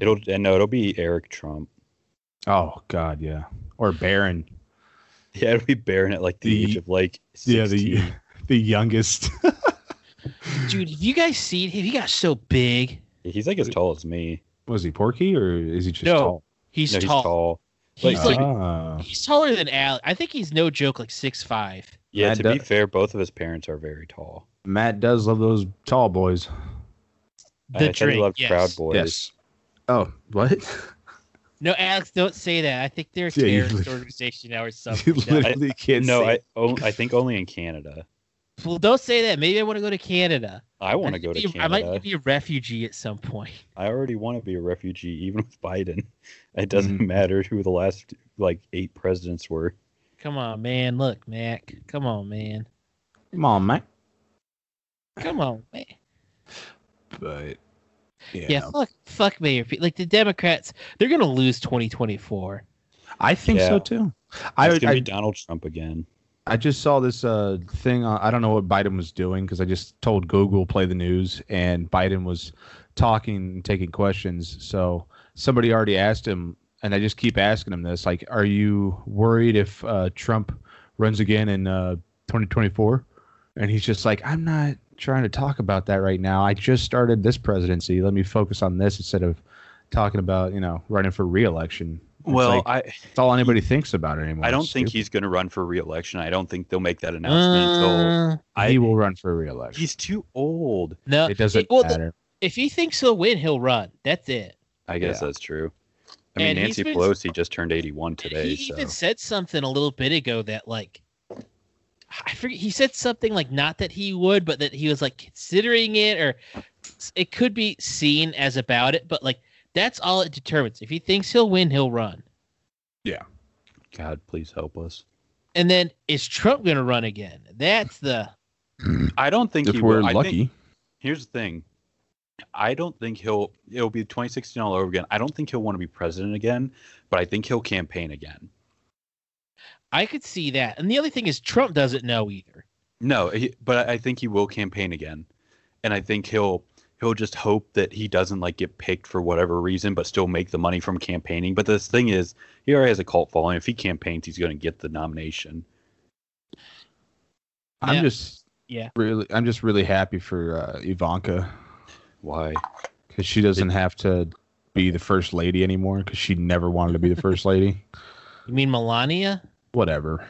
It'll and no, it'll be Eric Trump. Oh God, yeah. Or Barron. Yeah, it'll be Barron at like the, The- age of like 16. Yeah, the the youngest. dude, have you guys seen him? He got so big. he's like as tall as me. Was he Porky or is he just No, tall? He's, No, he's tall. tall. uh-huh. He's like Ah. he's taller than Al. I think he's no joke, like six five. Yeah, Mad to Duck. uh, be fair, both of his parents are very tall. Matt does love those tall boys. I The thought drink, he loved yes. Proud Boys. Oh, what? No, Alex, don't say that. I think they're a Yeah, you terrorist literally- organization now or you something. No. literally can't No, say. I oh, I think only in Canada. Well, don't say that. Maybe I want to go to Canada. I want to might go to be- Canada. I might be a refugee at some point. I already want to be a refugee, even with Biden. It doesn't Mm-hmm. Mhm. matter who the last like eight presidents were. Come on, man. Look, Mac. Come on, man. Come on, Matt. Come on, man. But yeah, Yeah, fuck, fuck Mayor Pete. Like the Democrats, they're gonna lose 2024. I think Yeah. so too. It's I, gonna I be Donald Trump again. I just saw this uh, thing. On, I don't know what Biden was doing because I just told Google play the news, and Biden was talking and taking questions. So somebody already asked him, and I just keep asking him this: like, are you worried if uh, Trump runs again in uh, 2024? And he's just like, I'm not trying to talk about that right now. I just started this presidency. Let me focus on this instead of talking about you know running for reelection. It's like, I it's all anybody thinks about anymore. I don't It's think stupid. he's gonna run for reelection. I don't think they'll make that announcement until Uh, I- he will run for reelection. he's too old. no, it doesn't Uh, well, the- matter. if he thinks he'll win, he'll run. That's it. I guess Yeah. that's true. I mean, And he's Nancy been- Pelosi just turned 81 today. he so. even said something a little bit ago that like I forget he said something like not that he would, but that he was like considering it or it could be seen as about it, but like that's all it determines. If he thinks he'll win, he'll run. God, please help us. And then is Trump gonna run again? That's the I don't think he if we're will. I think- lucky. here's the thing. I don't think he'll. It'll be 2016 all over again. I don't think he'll want to be president again, but I think he'll campaign again. I could see that. And the other thing is Trump doesn't know either. No, he, but I I think he will campaign again, and I think he'll he'll just hope that he doesn't like get picked for whatever reason, but still make the money from campaigning. But the thing is, he already has a cult following. If he campaigns, he's going to get the nomination. I'm Yeah. just Yeah. really I'm just really happy for uh, Ivanka Why? because she doesn't have to be the first lady anymore because she never wanted to be the first lady. You mean Melania? Whatever.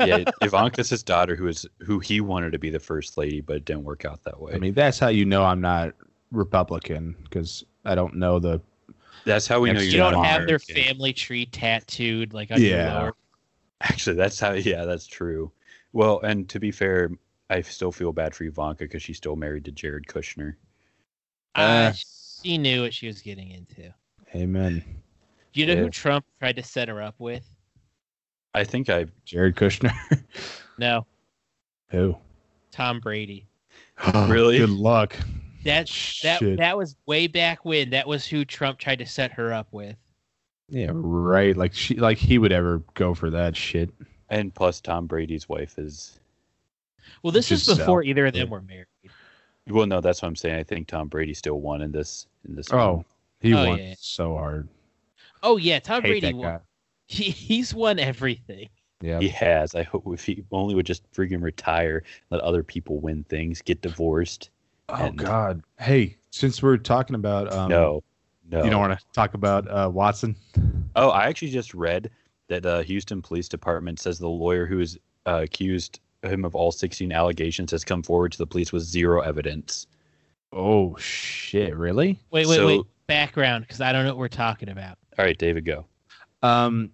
yeah, Ivanka's his daughter, who is who he wanted to be the first lady, but it didn't work out that way. I mean, that's how you know I'm not Republican because I don't know the. that's how we know Next you're you don't not have their American. family tree tattooed like on your Yeah. lower. Actually, that's how. Yeah, that's true. Well, and to be fair, I still feel bad for Ivanka because she's still married to Jared Kushner. Uh, Uh. she knew what she was getting into. Amen. Do you know who Yeah. Trump tried to set her up with? I think I. Jared Kushner. No, Who? Tom Brady. Really? Good luck. That that Shit. that was way back when. That was who Trump tried to set her up with. Yeah, right. Like she, like he would ever go for that shit. And plus, Tom Brady's wife is. Well, this is Giselle. before either of them were married. Well, no, that's what I'm saying. I think Tom Brady still won in this. In this. Oh, he Oh, won yeah. so hard. Oh yeah, Tom Hate Brady that won. guy. He, he's won everything. Yeah. He has. I hope if he only would just friggin' retire, let other people win things, get divorced. Oh And- God. Hey, since we're talking about um, no, no. you don't want to talk about uh, Watson. Oh, I actually just read that uh, Houston Police Department says the lawyer who is uh, accused him of all 16 allegations has come forward to the police with zero evidence. Oh shit! Really? Wait, wait, So- wait. Background, because I don't know what we're talking about. All right, David, go. Um,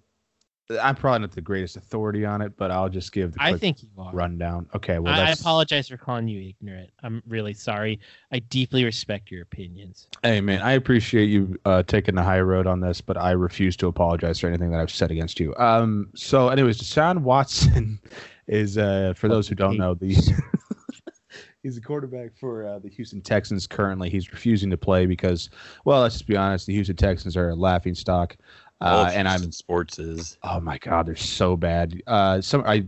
I'm probably not the greatest authority on it, but I'll just give the I quick think you are. rundown. Okay. Well, I, I that's, apologize for calling you ignorant. I'm really sorry. I deeply respect your opinions. Hey man, I appreciate you uh, taking the high road on this, but I refuse to apologize for anything that I've said against you. Um. So, anyways, Deshaun Watson is, uh, for those who don't know, the he's a quarterback for uh, the Houston Texans. Currently, he's refusing to play because, well, let's just be honest, the Houston Texans are a laughing stock, All uh, of and I'm Houston sports is Oh my god, they're so bad. Uh, some I.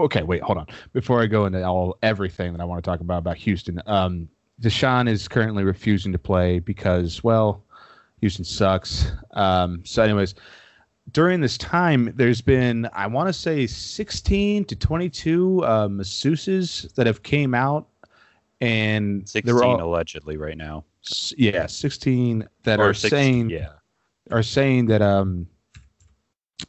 Okay, wait, hold on. Before I go into all everything that I want to talk about about Houston, um, Deshaun is currently refusing to play because, well, Houston sucks. Um, so, anyways, during this time, there's been I want to say 16 to 22 uh, masseuses that have came out, and 16 they were all, allegedly right now. s- yeah 16 that Or are 16 saying yeah. are saying that um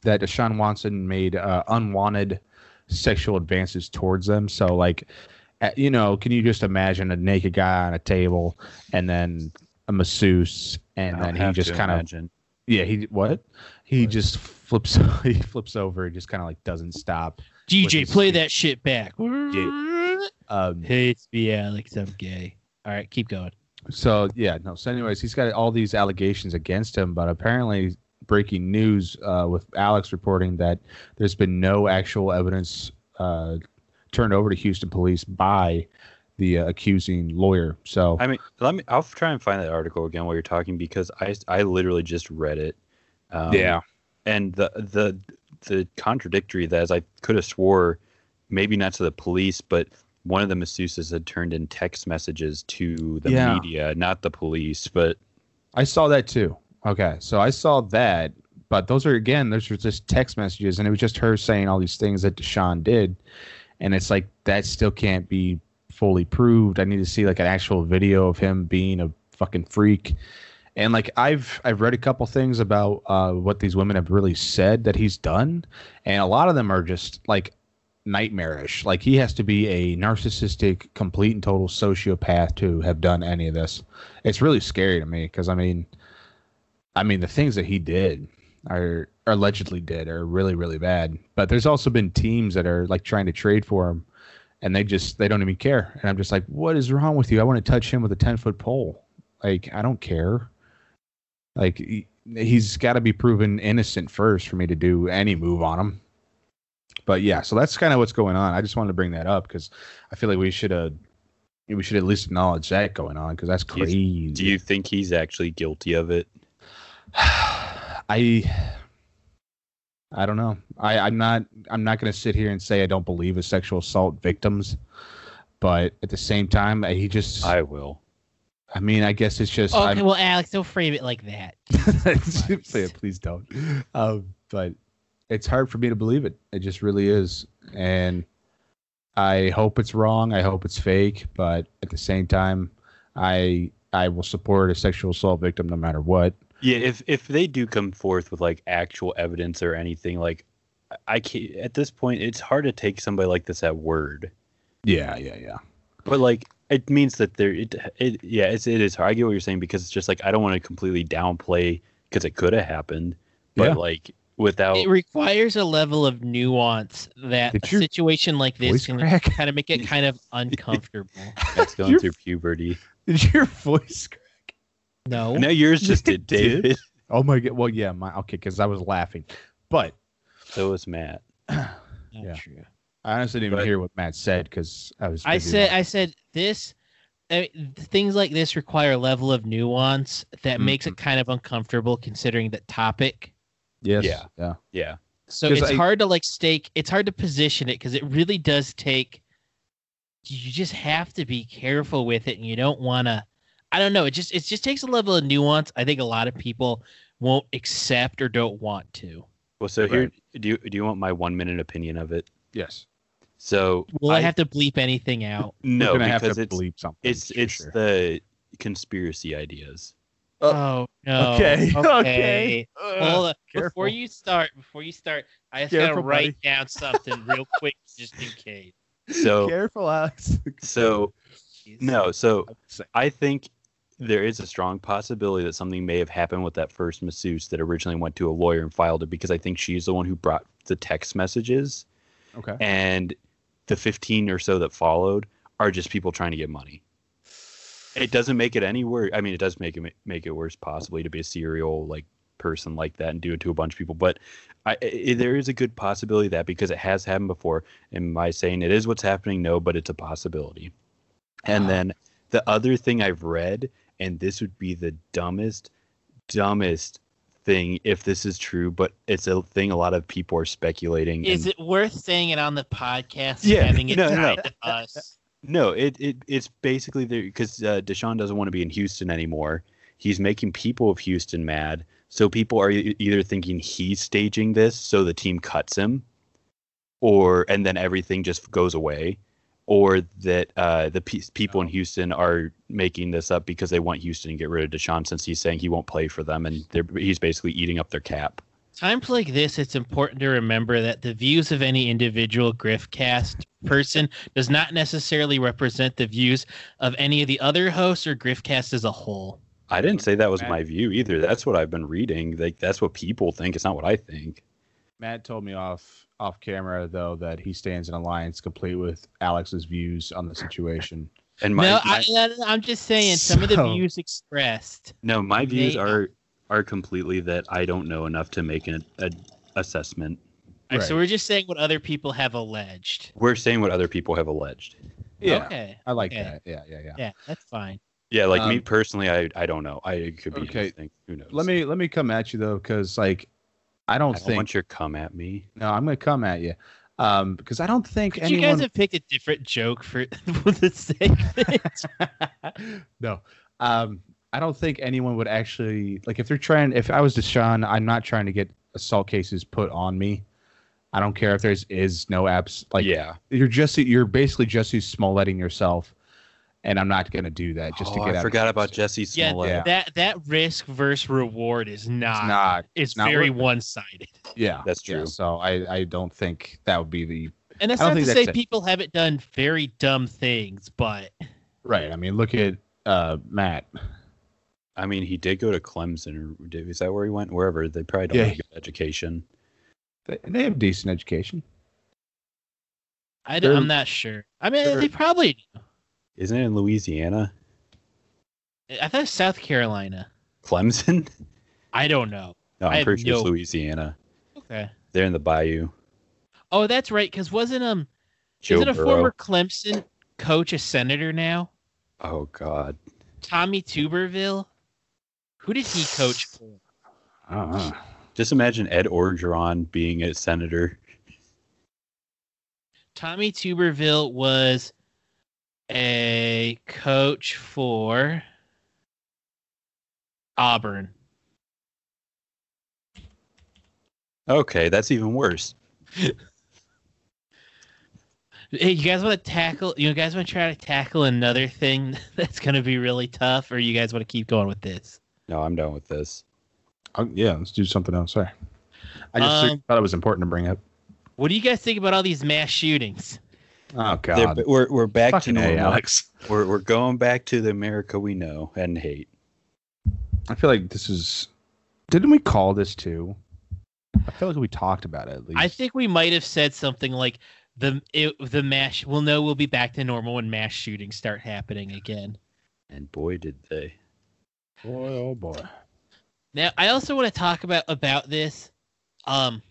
that Deshaun Watson made uh, unwanted sexual advances towards them. So like, uh, you know, can you just imagine a naked guy on a table and then a masseuse and I'll then he have just to kind of imagine. yeah he what he What? just flips he flips over and just kind of like doesn't stop. DJ, Which is- play that shit back. Um, Hey, it's me, Alex. I'm gay. All right, keep going. So yeah, no. So anyways, he's got all these allegations against him, but apparently breaking news uh, with Alex reporting that there's been no actual evidence uh, turned over to Houston police by the uh, accusing lawyer. So I mean, let me. I'll try and find that article again while you're talking because I I literally just read it. Um, and the the the contradictory that is I could have swore, maybe not to the police, but one of the masseuses had turned in text messages to the Yeah. media, not the police. But I saw that too. Okay, so I saw that, but those are again, those are just text messages, and it was just her saying all these things that Deshaun did, and it's like that still can't be fully proved. I need to see like an actual video of him being a fucking freak, and like I've I've read a couple things about uh, what these women have really said that he's done, and a lot of them are just like nightmarish. Like he has to be a narcissistic, complete and total sociopath to have done any of this it's really scary to me because I mean, I mean the things that he did are or allegedly did are really really bad. But there's also been teams that are like trying to trade for him, and they just they don't even care. And I'm just like, what is wrong with you? I want to touch him with a ten foot pole. Like I don't care. Like he, he's got to be proven innocent first for me to do any move on him. But yeah, so that's kind of what's going on. I just wanted to bring that up because I feel like we should have. We should at least acknowledge that going on because that's Do you- crazy. do you think he's actually guilty of it? I I don't know. I, I'm not I'm not gonna sit here and say I don't believe in sexual assault victims, but at the same time he just I, I will. mean I guess it's just Okay, I'm, well, Alex, don't frame it like that. yeah, please don't. Um, but it's hard for me to believe it. It just really is. And I hope it's wrong. I hope it's fake. But at the same time, I I will support a sexual assault victim no matter what. Yeah, if if they do come forth with like actual evidence or anything, like I can't, at this point it's hard to take somebody like this at word. Yeah, yeah, yeah. But like it means that there it, it yeah, it's it is hard. I get what you're saying because it's just like I don't want to completely downplay cuz it could have happened, but Yeah. like without It requires a level of nuance that Did a your situation like Voice this can crack. kind of make it kind of uncomfortable. that's going You're- through puberty. Did your voice? crack? No. Now yours just You did, Oh, did? David. Oh my god. Well, yeah. My okay, because I was laughing, but So was Matt. Not Yeah. true. I honestly didn't But- even hear what Matt said because I was. I busy said laughing. I said this I mean, things like this require a level of nuance that makes Mm-hmm. it kind of uncomfortable considering the topic. yes. Yeah. Yeah. Yeah. So 'Cause it's I- hard to like stake it's hard to position it cuz it really does take you just have to be careful with it and you don't want to I don't know, it just it just takes a level of nuance I think a lot of people won't accept or don't want to. Well, so here do you do you want my 1 minute opinion of it? Yes. So Will I, have to bleep anything out? no We're gonna have because to it's bleep something. it's for it's sure. the conspiracy ideas. Oh, no. okay. Okay. Okay. Ugh. Hold on. careful. Before you start, before you start, I just Careful, gotta write down something real quick just in case. So careful, Alex. so no, so Say- I think there is a strong possibility that something may have happened with that first masseuse that originally went to a lawyer and filed it because I think she's the one who brought the text messages Okay. and the 15 or so that followed are just people trying to get money. It doesn't make it any worse. I mean, it does make it make it worse possibly to be a serial like person like that and do it to a bunch of people, but I, i there is a good possibility of that because it has happened before. Am I saying it is what's happening? No, but it's a possibility. And then the other thing I've read, and this would be the dumbest, dumbest thing if this is true, but it's a thing a lot of people are speculating. Is and- it worth saying it on the podcast? Yeah, Having it no, no, tied no. to us. No, it, it it's basically there because uh, Deshaun doesn't want to be in Houston anymore. He's making people of Houston mad, so people are e- either thinking he's staging this, so the team cuts him, or and then everything just goes away, or that uh, the pe- people in Houston are making this up because they want Houston to get rid of Deshaun since he's saying he won't play for them, and they're, he's basically eating up their cap. Times like this, it's important to remember that the views of any individual Griffcast person does not necessarily represent the views of any of the other hosts or Griffcast as a whole. I didn't say that was Right. my view either. That's what I've been reading. Like that's what people think. It's not what I think. Matt told me off off camera though that he stands in alliance complete with Alex's views on the situation. And my, no, my- I, I, am just saying some of the So- views expressed. No, my views They- are are completely that I don't know enough to make an a, assessment. Alright, So Right. we're just saying what other people have alleged. We're saying what other people have alleged. Yeah. Okay. I like Okay. that. Yeah, yeah, yeah. Yeah, that's fine. Yeah, like me Um, personally, I I don't know. I it could be Okay. anything. Who knows? Let me let me come at you though, because like I I don't, don't think want your come at me. no, I'm gonna come at you. Um, because I don't think Could anyone you guys have picked a different joke for, for the segment? no. Um, I don't think anyone would actually like if they're trying. If I was Deshaun, I'm not trying to get assault cases put on me. I don't care if there's is no abs. Like yeah, you're just you're basically just Smolletting yourself, and I'm not gonna do that just to Oh, get. out I of forgot the about situation. Jesse yeah, Smollett. Yeah. that that risk versus reward is not, It's not. is not very worth one sided. Yeah, That's yeah, true. so I I don't think that would be the And that's I don't not to think say that's it. people haven't done very dumb things, but right. I mean, look at uh Matt. I mean, he did go to Clemson. Or did, is that where he went? Wherever they probably don't Yeah. have a good education. They, they have decent education. I They're- am not sure. I mean, they're- they probably. Isn't it in Louisiana? I thought it was South Carolina. Clemson? I don't know. No, I I'm have pretty sure it's no- Louisiana. Okay. They're in the Bayou. Oh, that's right. Because wasn't um Joe isn't a Burrow. former Clemson coach a senator now? Oh God. Tommy Tuberville. Who did he coach for? I don't know. Just imagine Ed Orgeron being a senator. Tommy Tuberville was a coach for Auburn. Okay, that's even worse. Hey, you guys want to tackle? You guys want to try to tackle another thing that's going to be really tough, or you guys want to keep going with this? No, I'm done with this. Oh, I'll- yeah, let's do something else. Sorry, I just Um, thought it was important to bring up. What do you guys think about all these mass shootings? Oh They're- God. We're, we're back Fucking to A, normal. Alex. We're, we're going back to the America we know and hate. I feel like this is. Didn't we call this too? I feel like we talked about it at least. I think we might have said something like the it, the mass. We'll know we'll be back to normal when mass shootings start happening again. And boy, did they. Boy, oh boy. Now, I also want to talk about about this. Um,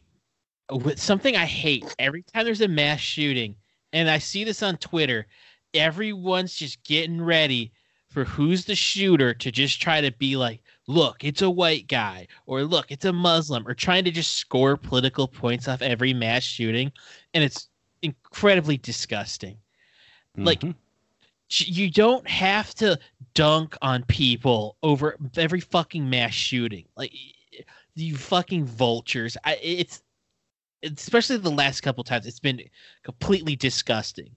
with something I hate every time there's a mass shooting, and I see this on Twitter. Everyone's just getting ready for who's the shooter to just try to be like, look, it's a white guy, or look, it's a Muslim, or trying to just score political points off every mass shooting, and it's incredibly disgusting Like- Mm-hmm. Mhm. you don't have to dunk on people over every fucking mass shooting. Like you fucking vultures. I it's especially the last couple times it's been completely disgusting.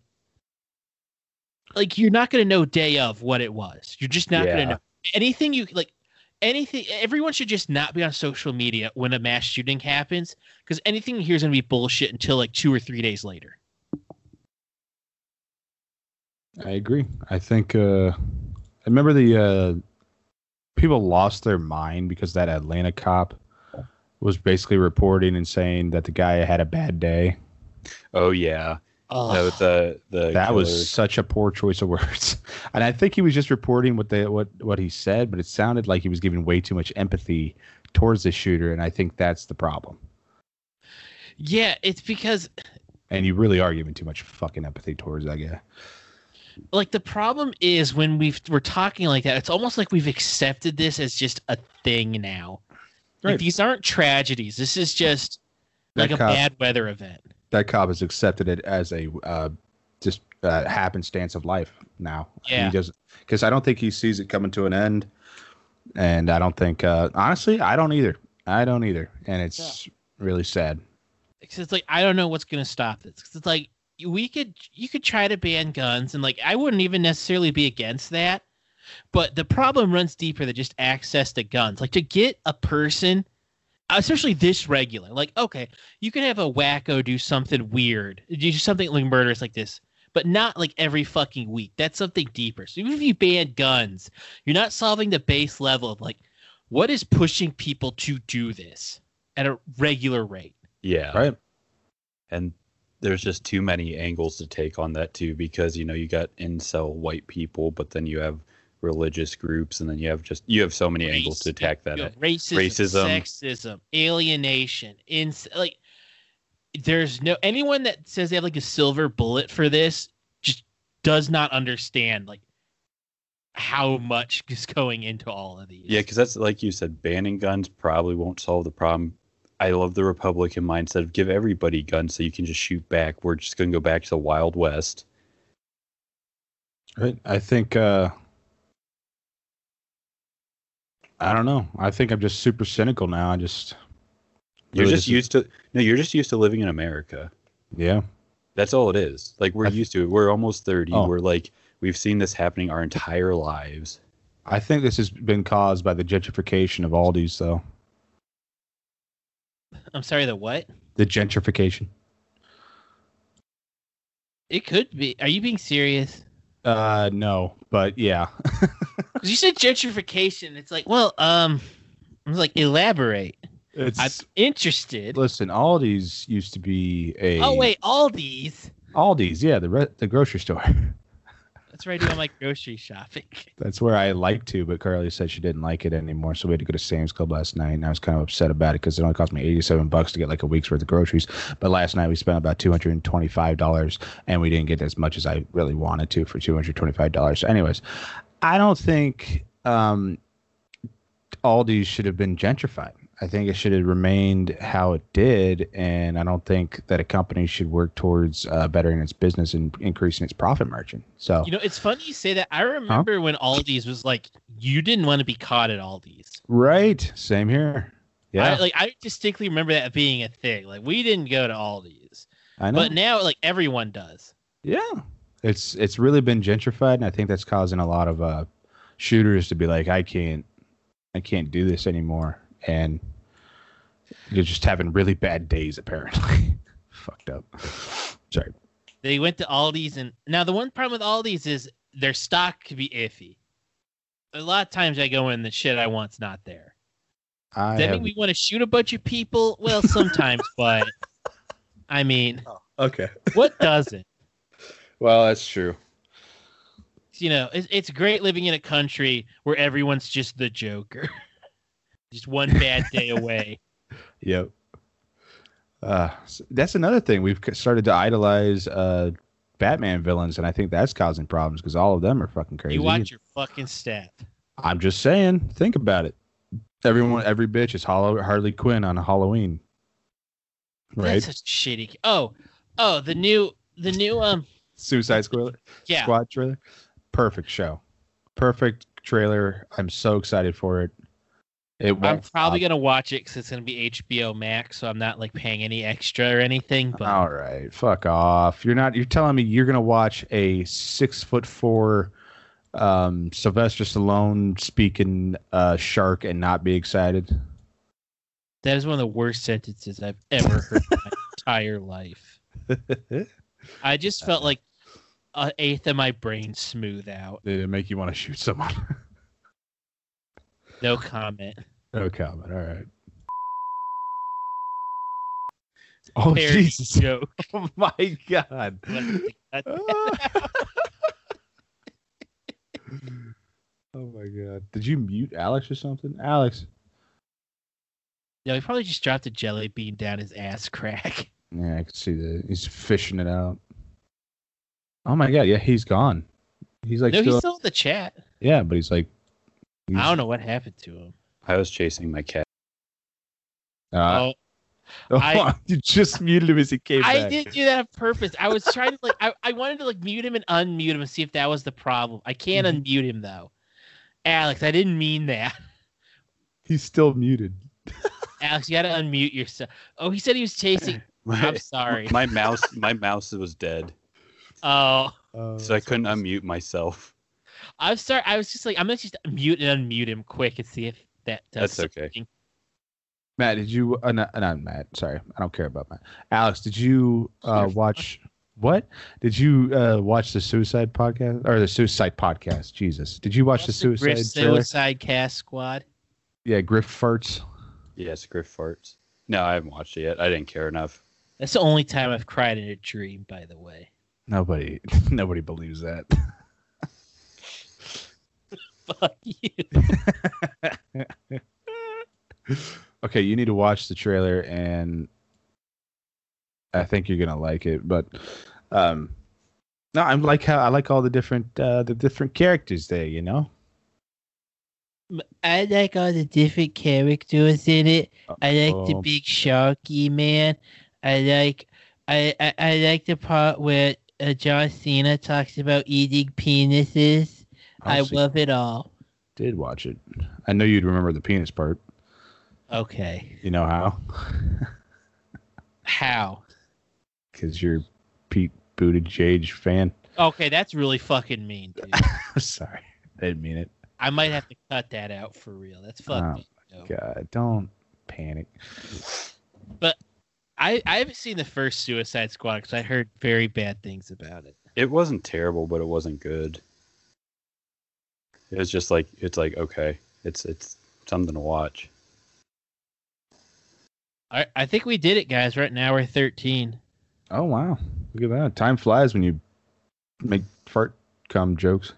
Like you're not going to know day of what it was. You're just not going Yeah. to know anything you like anything everyone should just not be on social media when a mass shooting happens cuz anything here is going to be bullshit until like 2 or 3 days later. I agree. I think uh, I remember the uh, people lost their mind because that Atlanta cop was basically reporting and saying that the guy had a bad day. oh, yeah. Oh. No, the, the That killer- was such a poor choice of words. And I think he was just reporting what they what what he said, but it sounded like he was giving way too much empathy towards the shooter, and I think that's the problem. yeah, it's because And you really are giving too much fucking empathy towards that guy. like the problem is when we've we're talking like that it's almost like we've accepted this as just a thing now like Right. these aren't tragedies this is just That like a cop- bad weather event That cop has accepted it as a uh, just uh, happenstance of life now. Yeah. He doesn't because I don't think he sees it coming to an end, and I don't think uh, honestly I don't either. I don't either, and it's really sad. 'Cause it's like i don't know what's going to stop this 'Cause it's like we could you could try to ban guns and like i wouldn't even necessarily be against that but the problem runs deeper than just access to guns like to get a person especially this regular like okay you could have a wacko do something weird do something like murderous like this but not like every fucking week that's something deeper so even if you ban guns you're not solving the base level of like what is pushing people to do this at a regular rate Yeah. Right. And there's just too many angles to take on that too, because you know you got incel white people, but then you have religious groups, and then you have just you have so many angles to Race- attack that you know, at. racism, Racism. sexism, alienation, ins like there's no anyone that says they have like a silver bullet for this just does not understand like how much is going into all of these. Yeah, because that's like you said, banning guns probably won't solve the problem. I love the Republican mindset of give everybody guns so you can just shoot back. We're just going to go back to the Wild West. Right. I think uh I don't know. I think I'm just super cynical now. I just You're Really, this just is- used to no, you're just used to living in America. yeah. That's all it is. Like we're I- used to it. We're almost 30. Oh. We're like we've seen this happening our entire lives. I think this has been caused by the gentrification of Aldi's though. I'm sorry, the what? The gentrification. It could be. Are you being serious? Uh no, but yeah. Because you said gentrification. It's like, well, um, I was like, elaborate. It's I'm interested. listen, Aldi's used to be a Oh wait, all these. Aldi's, yeah, the re- the grocery store. That's where I do all my grocery shopping. That's where I like to, but Carly said she didn't like it anymore, so we had to go to Sam's Club last night, and I was kind of upset about it because it only cost me eighty-seven bucks to get like a week's worth of groceries. But last night we spent about two hundred and twenty-five dollars, and we didn't get as much as I really wanted to for two hundred twenty-five dollars. So, anyways, I don't think um, Aldi should have been gentrified. I think it should have remained how it did, and I don't think that a company should work towards uh, bettering its business and increasing its profit margin. So You know, it's funny you say that. I remember when Aldi's was like, you didn't want to be caught at Aldi's. right, same here. Yeah. I, like I distinctly remember that being a thing. Like we didn't go to Aldi's, I know. but now like everyone does. yeah, it's it's really been gentrified, and I think that's causing a lot of uh, shooters to be like, I can't, I can't do this anymore, and they're just having really bad days apparently. fucked up. Sorry. They went to Aldi's and now the one problem with Aldi's is their stock could be iffy. A lot of times I go in the shit I want's not there. I Does that have- mean we want to shoot a bunch of people? Well, sometimes, but I mean, Okay. what doesn't? Well, that's true. You know, it's, it's great living in a country where everyone's just the Joker, just one bad day away. Yep. Uh, s- that's another thing. We've c- started to idolize uh, Batman villains, and I think that's causing problems because all of them are fucking crazy. You watch your fucking step. I'm just saying. Think about it. Everyone, every bitch is Hollow Harley Quinn on Halloween, right? That's such a shitty. Oh, oh, the new, the new, um, Suicide Squad yeah, Squad trailer. Perfect show. Perfect trailer. I'm so excited for it. It won't I'm probably gonna watch it because it's gonna be HBO Max, so I'm not like paying any extra or anything. But All right, fuck off. You're not. You're telling me you're gonna watch a six foot four, um, Sylvester Stallone speaking uh, shark and not be excited? that is one of the worst sentences I've ever heard in my entire life. Did I just felt like an eighth of my brain smooth out. it make you want to shoot someone? No comment. no comment. All right. Oh Parody Jesus! joke. Oh my God! oh my God! Did you mute Alex or something? Alex. No, he probably just dropped a jelly bean down his ass crack. Yeah, I can see that he's fishing it out. Oh my god, yeah, he's gone. He's like no, still, he's still in the chat. yeah, but he's like he's- I don't know what happened to him. I was chasing my cat. uh, oh, I- you just muted him as he came I back. didn't do that on purpose. I was trying to like I, I wanted to like mute him and unmute him and see if that was the problem. I can't Mm-hmm. unmute him though. Alex, I didn't mean that. He's still muted. Alex, you gotta unmute yourself. Oh, he said he was chasing. I'm My, sorry. my mouse, my mouse was dead, Oh, Uh, so I couldn't unmute myself. I'm sorry. I was just like, I'm gonna just mute and unmute him quick and see if that does. That's okay. something. Matt, did you? Uh, not, not Matt. Sorry, I don't care about Matt. Alex, did you uh, Sure. watch? What did you uh, watch the Suicide podcast or the Suicide podcast? Jesus, did you watch the What's Suicide? Griff trailer? Suicide Cast Squad. yeah, Griff farts. Yes, Griff farts. No, I haven't watched it yet. I didn't care enough. That's the only time I've cried in a dream, by the way. Nobody, nobody believes that. Fuck you. okay, you need to watch the trailer, and I think you're gonna like it. But um, no, I'm like how I like all the different uh, the different characters there. You know, I like all the different characters in it. I like the Uh-oh. big sharky man. I like I, I, I like the part where uh, John Cena talks about eating penises. I Honestly, love it all. did watch it. I know you'd remember the penis part. Okay. You know how? How? Because you're Pete Buttigieg fan. Okay, that's really fucking mean, dude. Sorry, I didn't mean it. I might have to cut that out for real. That's Oh, fucking. mean, though. God, don't panic. I I haven't seen the first Suicide Squad because I heard very bad things about it. It wasn't terrible, but it wasn't good. It was just like it's like okay, it's it's something to watch. I I think we did it, guys. Right now we're thirteen. Oh wow, look at that. Time flies when you make fart cum jokes.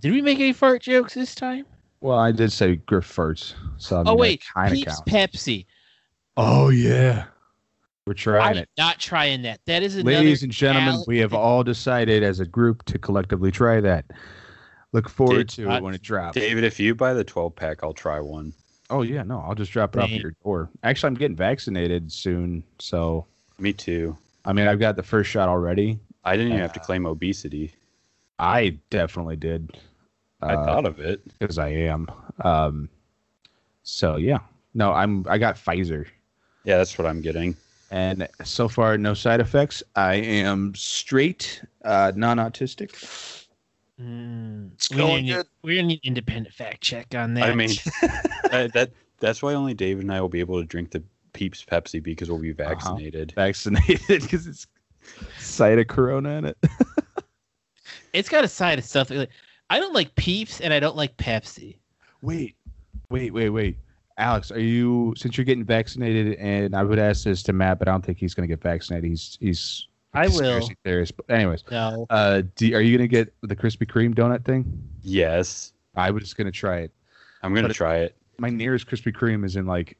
Did we make any fart jokes this time? Well, I did say Griff first, so I mean, oh wait, kind of Peeps counts. Pepsi. oh yeah, we're I'm trying it, not trying that. That is another. ladies and gentlemen. Alex- we have all decided as a group to collectively try that. Look forward Did to not- it when it drops. David, if you buy the 12 pack, I'll try one. oh yeah, no, I'll just drop it off at Dave. your door. Actually, I'm getting vaccinated soon, so Me too. I mean, I've got the first shot already. I didn't even have to claim obesity. I definitely did. I uh, thought of it. because I am. Um, so yeah, no, I'm. I got Pfizer. Yeah, that's what I'm getting. and so far no side effects i am straight uh non-autistic Mm, It's we need going an- good. We're gonna need independent fact check on that. Uh, I mean, I, that that's why only David and I will be able to drink the Peeps Pepsi because we'll be vaccinated. vaccinated because it's side of corona in it. It's got a side of stuff. Like, I don't like Peeps and I don't like Pepsi. Wait, wait, wait, wait. Alex, are you since you're getting vaccinated? And I would ask this to Matt, but I don't think he's going to get vaccinated. He's he's I will. conspiracy theorist. But anyways, No. uh, do, are you going to get the Krispy Kreme donut thing? Yes, I was going to try it. I'm gonna But- try it. My nearest Krispy Kreme is in like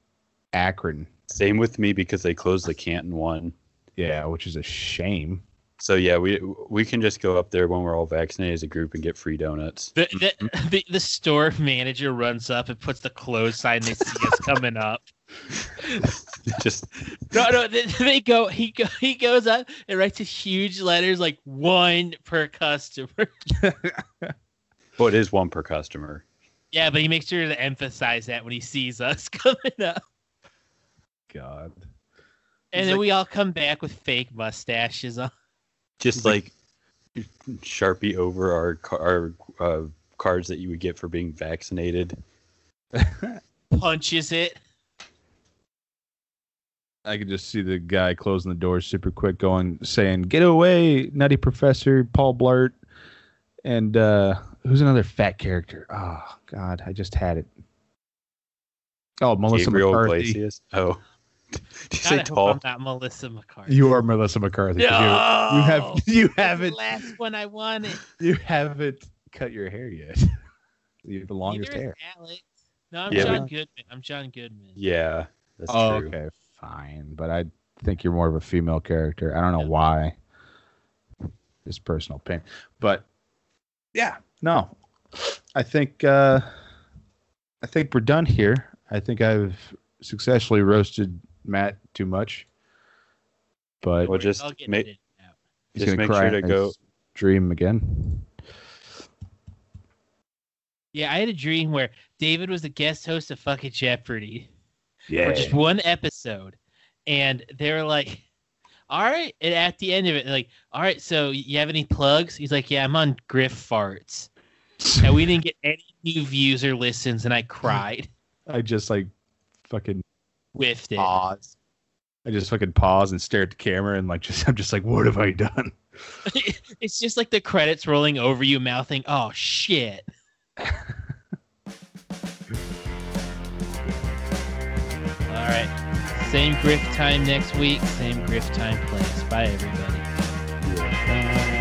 Akron, Same with me because they closed the Canton one. yeah, which is a shame. So yeah, we we can just go up there when we're all vaccinated as a group and get free donuts. The, the, the, the store manager runs up and puts the close sign they see us coming up. just No, no, they, they go. He go, he goes up and writes in huge letters like one per customer. well, it is one per customer. Yeah, but he makes sure to emphasize that when he sees us coming up. God, And He's then like- we all come back with fake mustaches on. Just like Sharpie over our ca- our uh, cards that you would get for being vaccinated. punches it. I could just see the guy closing the door super quick, going saying, "Get away, nutty professor Paul Blart," and uh, who's another fat character? Oh God, I just had it. Oh, Melissa Gabriel McCarthy. Iglesias. Oh, did you God, I say hope tall? I'm not Melissa McCarthy. You are Melissa McCarthy. 'cause No! You, you Oh, have you That's haven't the last one I wanted. you haven't cut your hair yet. you have the longest Neither is hair. Alex. No, I'm Yeah, John Goodman. I'm John Goodman. Yeah, that's Oh, true. okay, fine. But I think you're more of a female character. I don't know Yeah. why. This personal opinion, but yeah, no, I think uh, I think we're done here. I think I've successfully roasted Matt too much, but Well, just I'll get make it out. he's just gonna make cry sure to in go. his dream again. Yeah, I had a dream where David was the guest host of fucking Jeopardy Yeah, for just one episode, and they were like, "All right," and at the end of it, they're like, "All right, so you have any plugs?" He's like, "Yeah, I'm on Griff Farts," and we didn't get any new views or listens, and I cried, I just like fucking whiffed it. pause. I just fucking pause and stare at the camera and like just I'm just like, what have I done? it's just like the credits rolling over you, mouthing, "Oh shit." All right, same grift time next week, same grift time place. Bye, everybody. Yeah. Bye.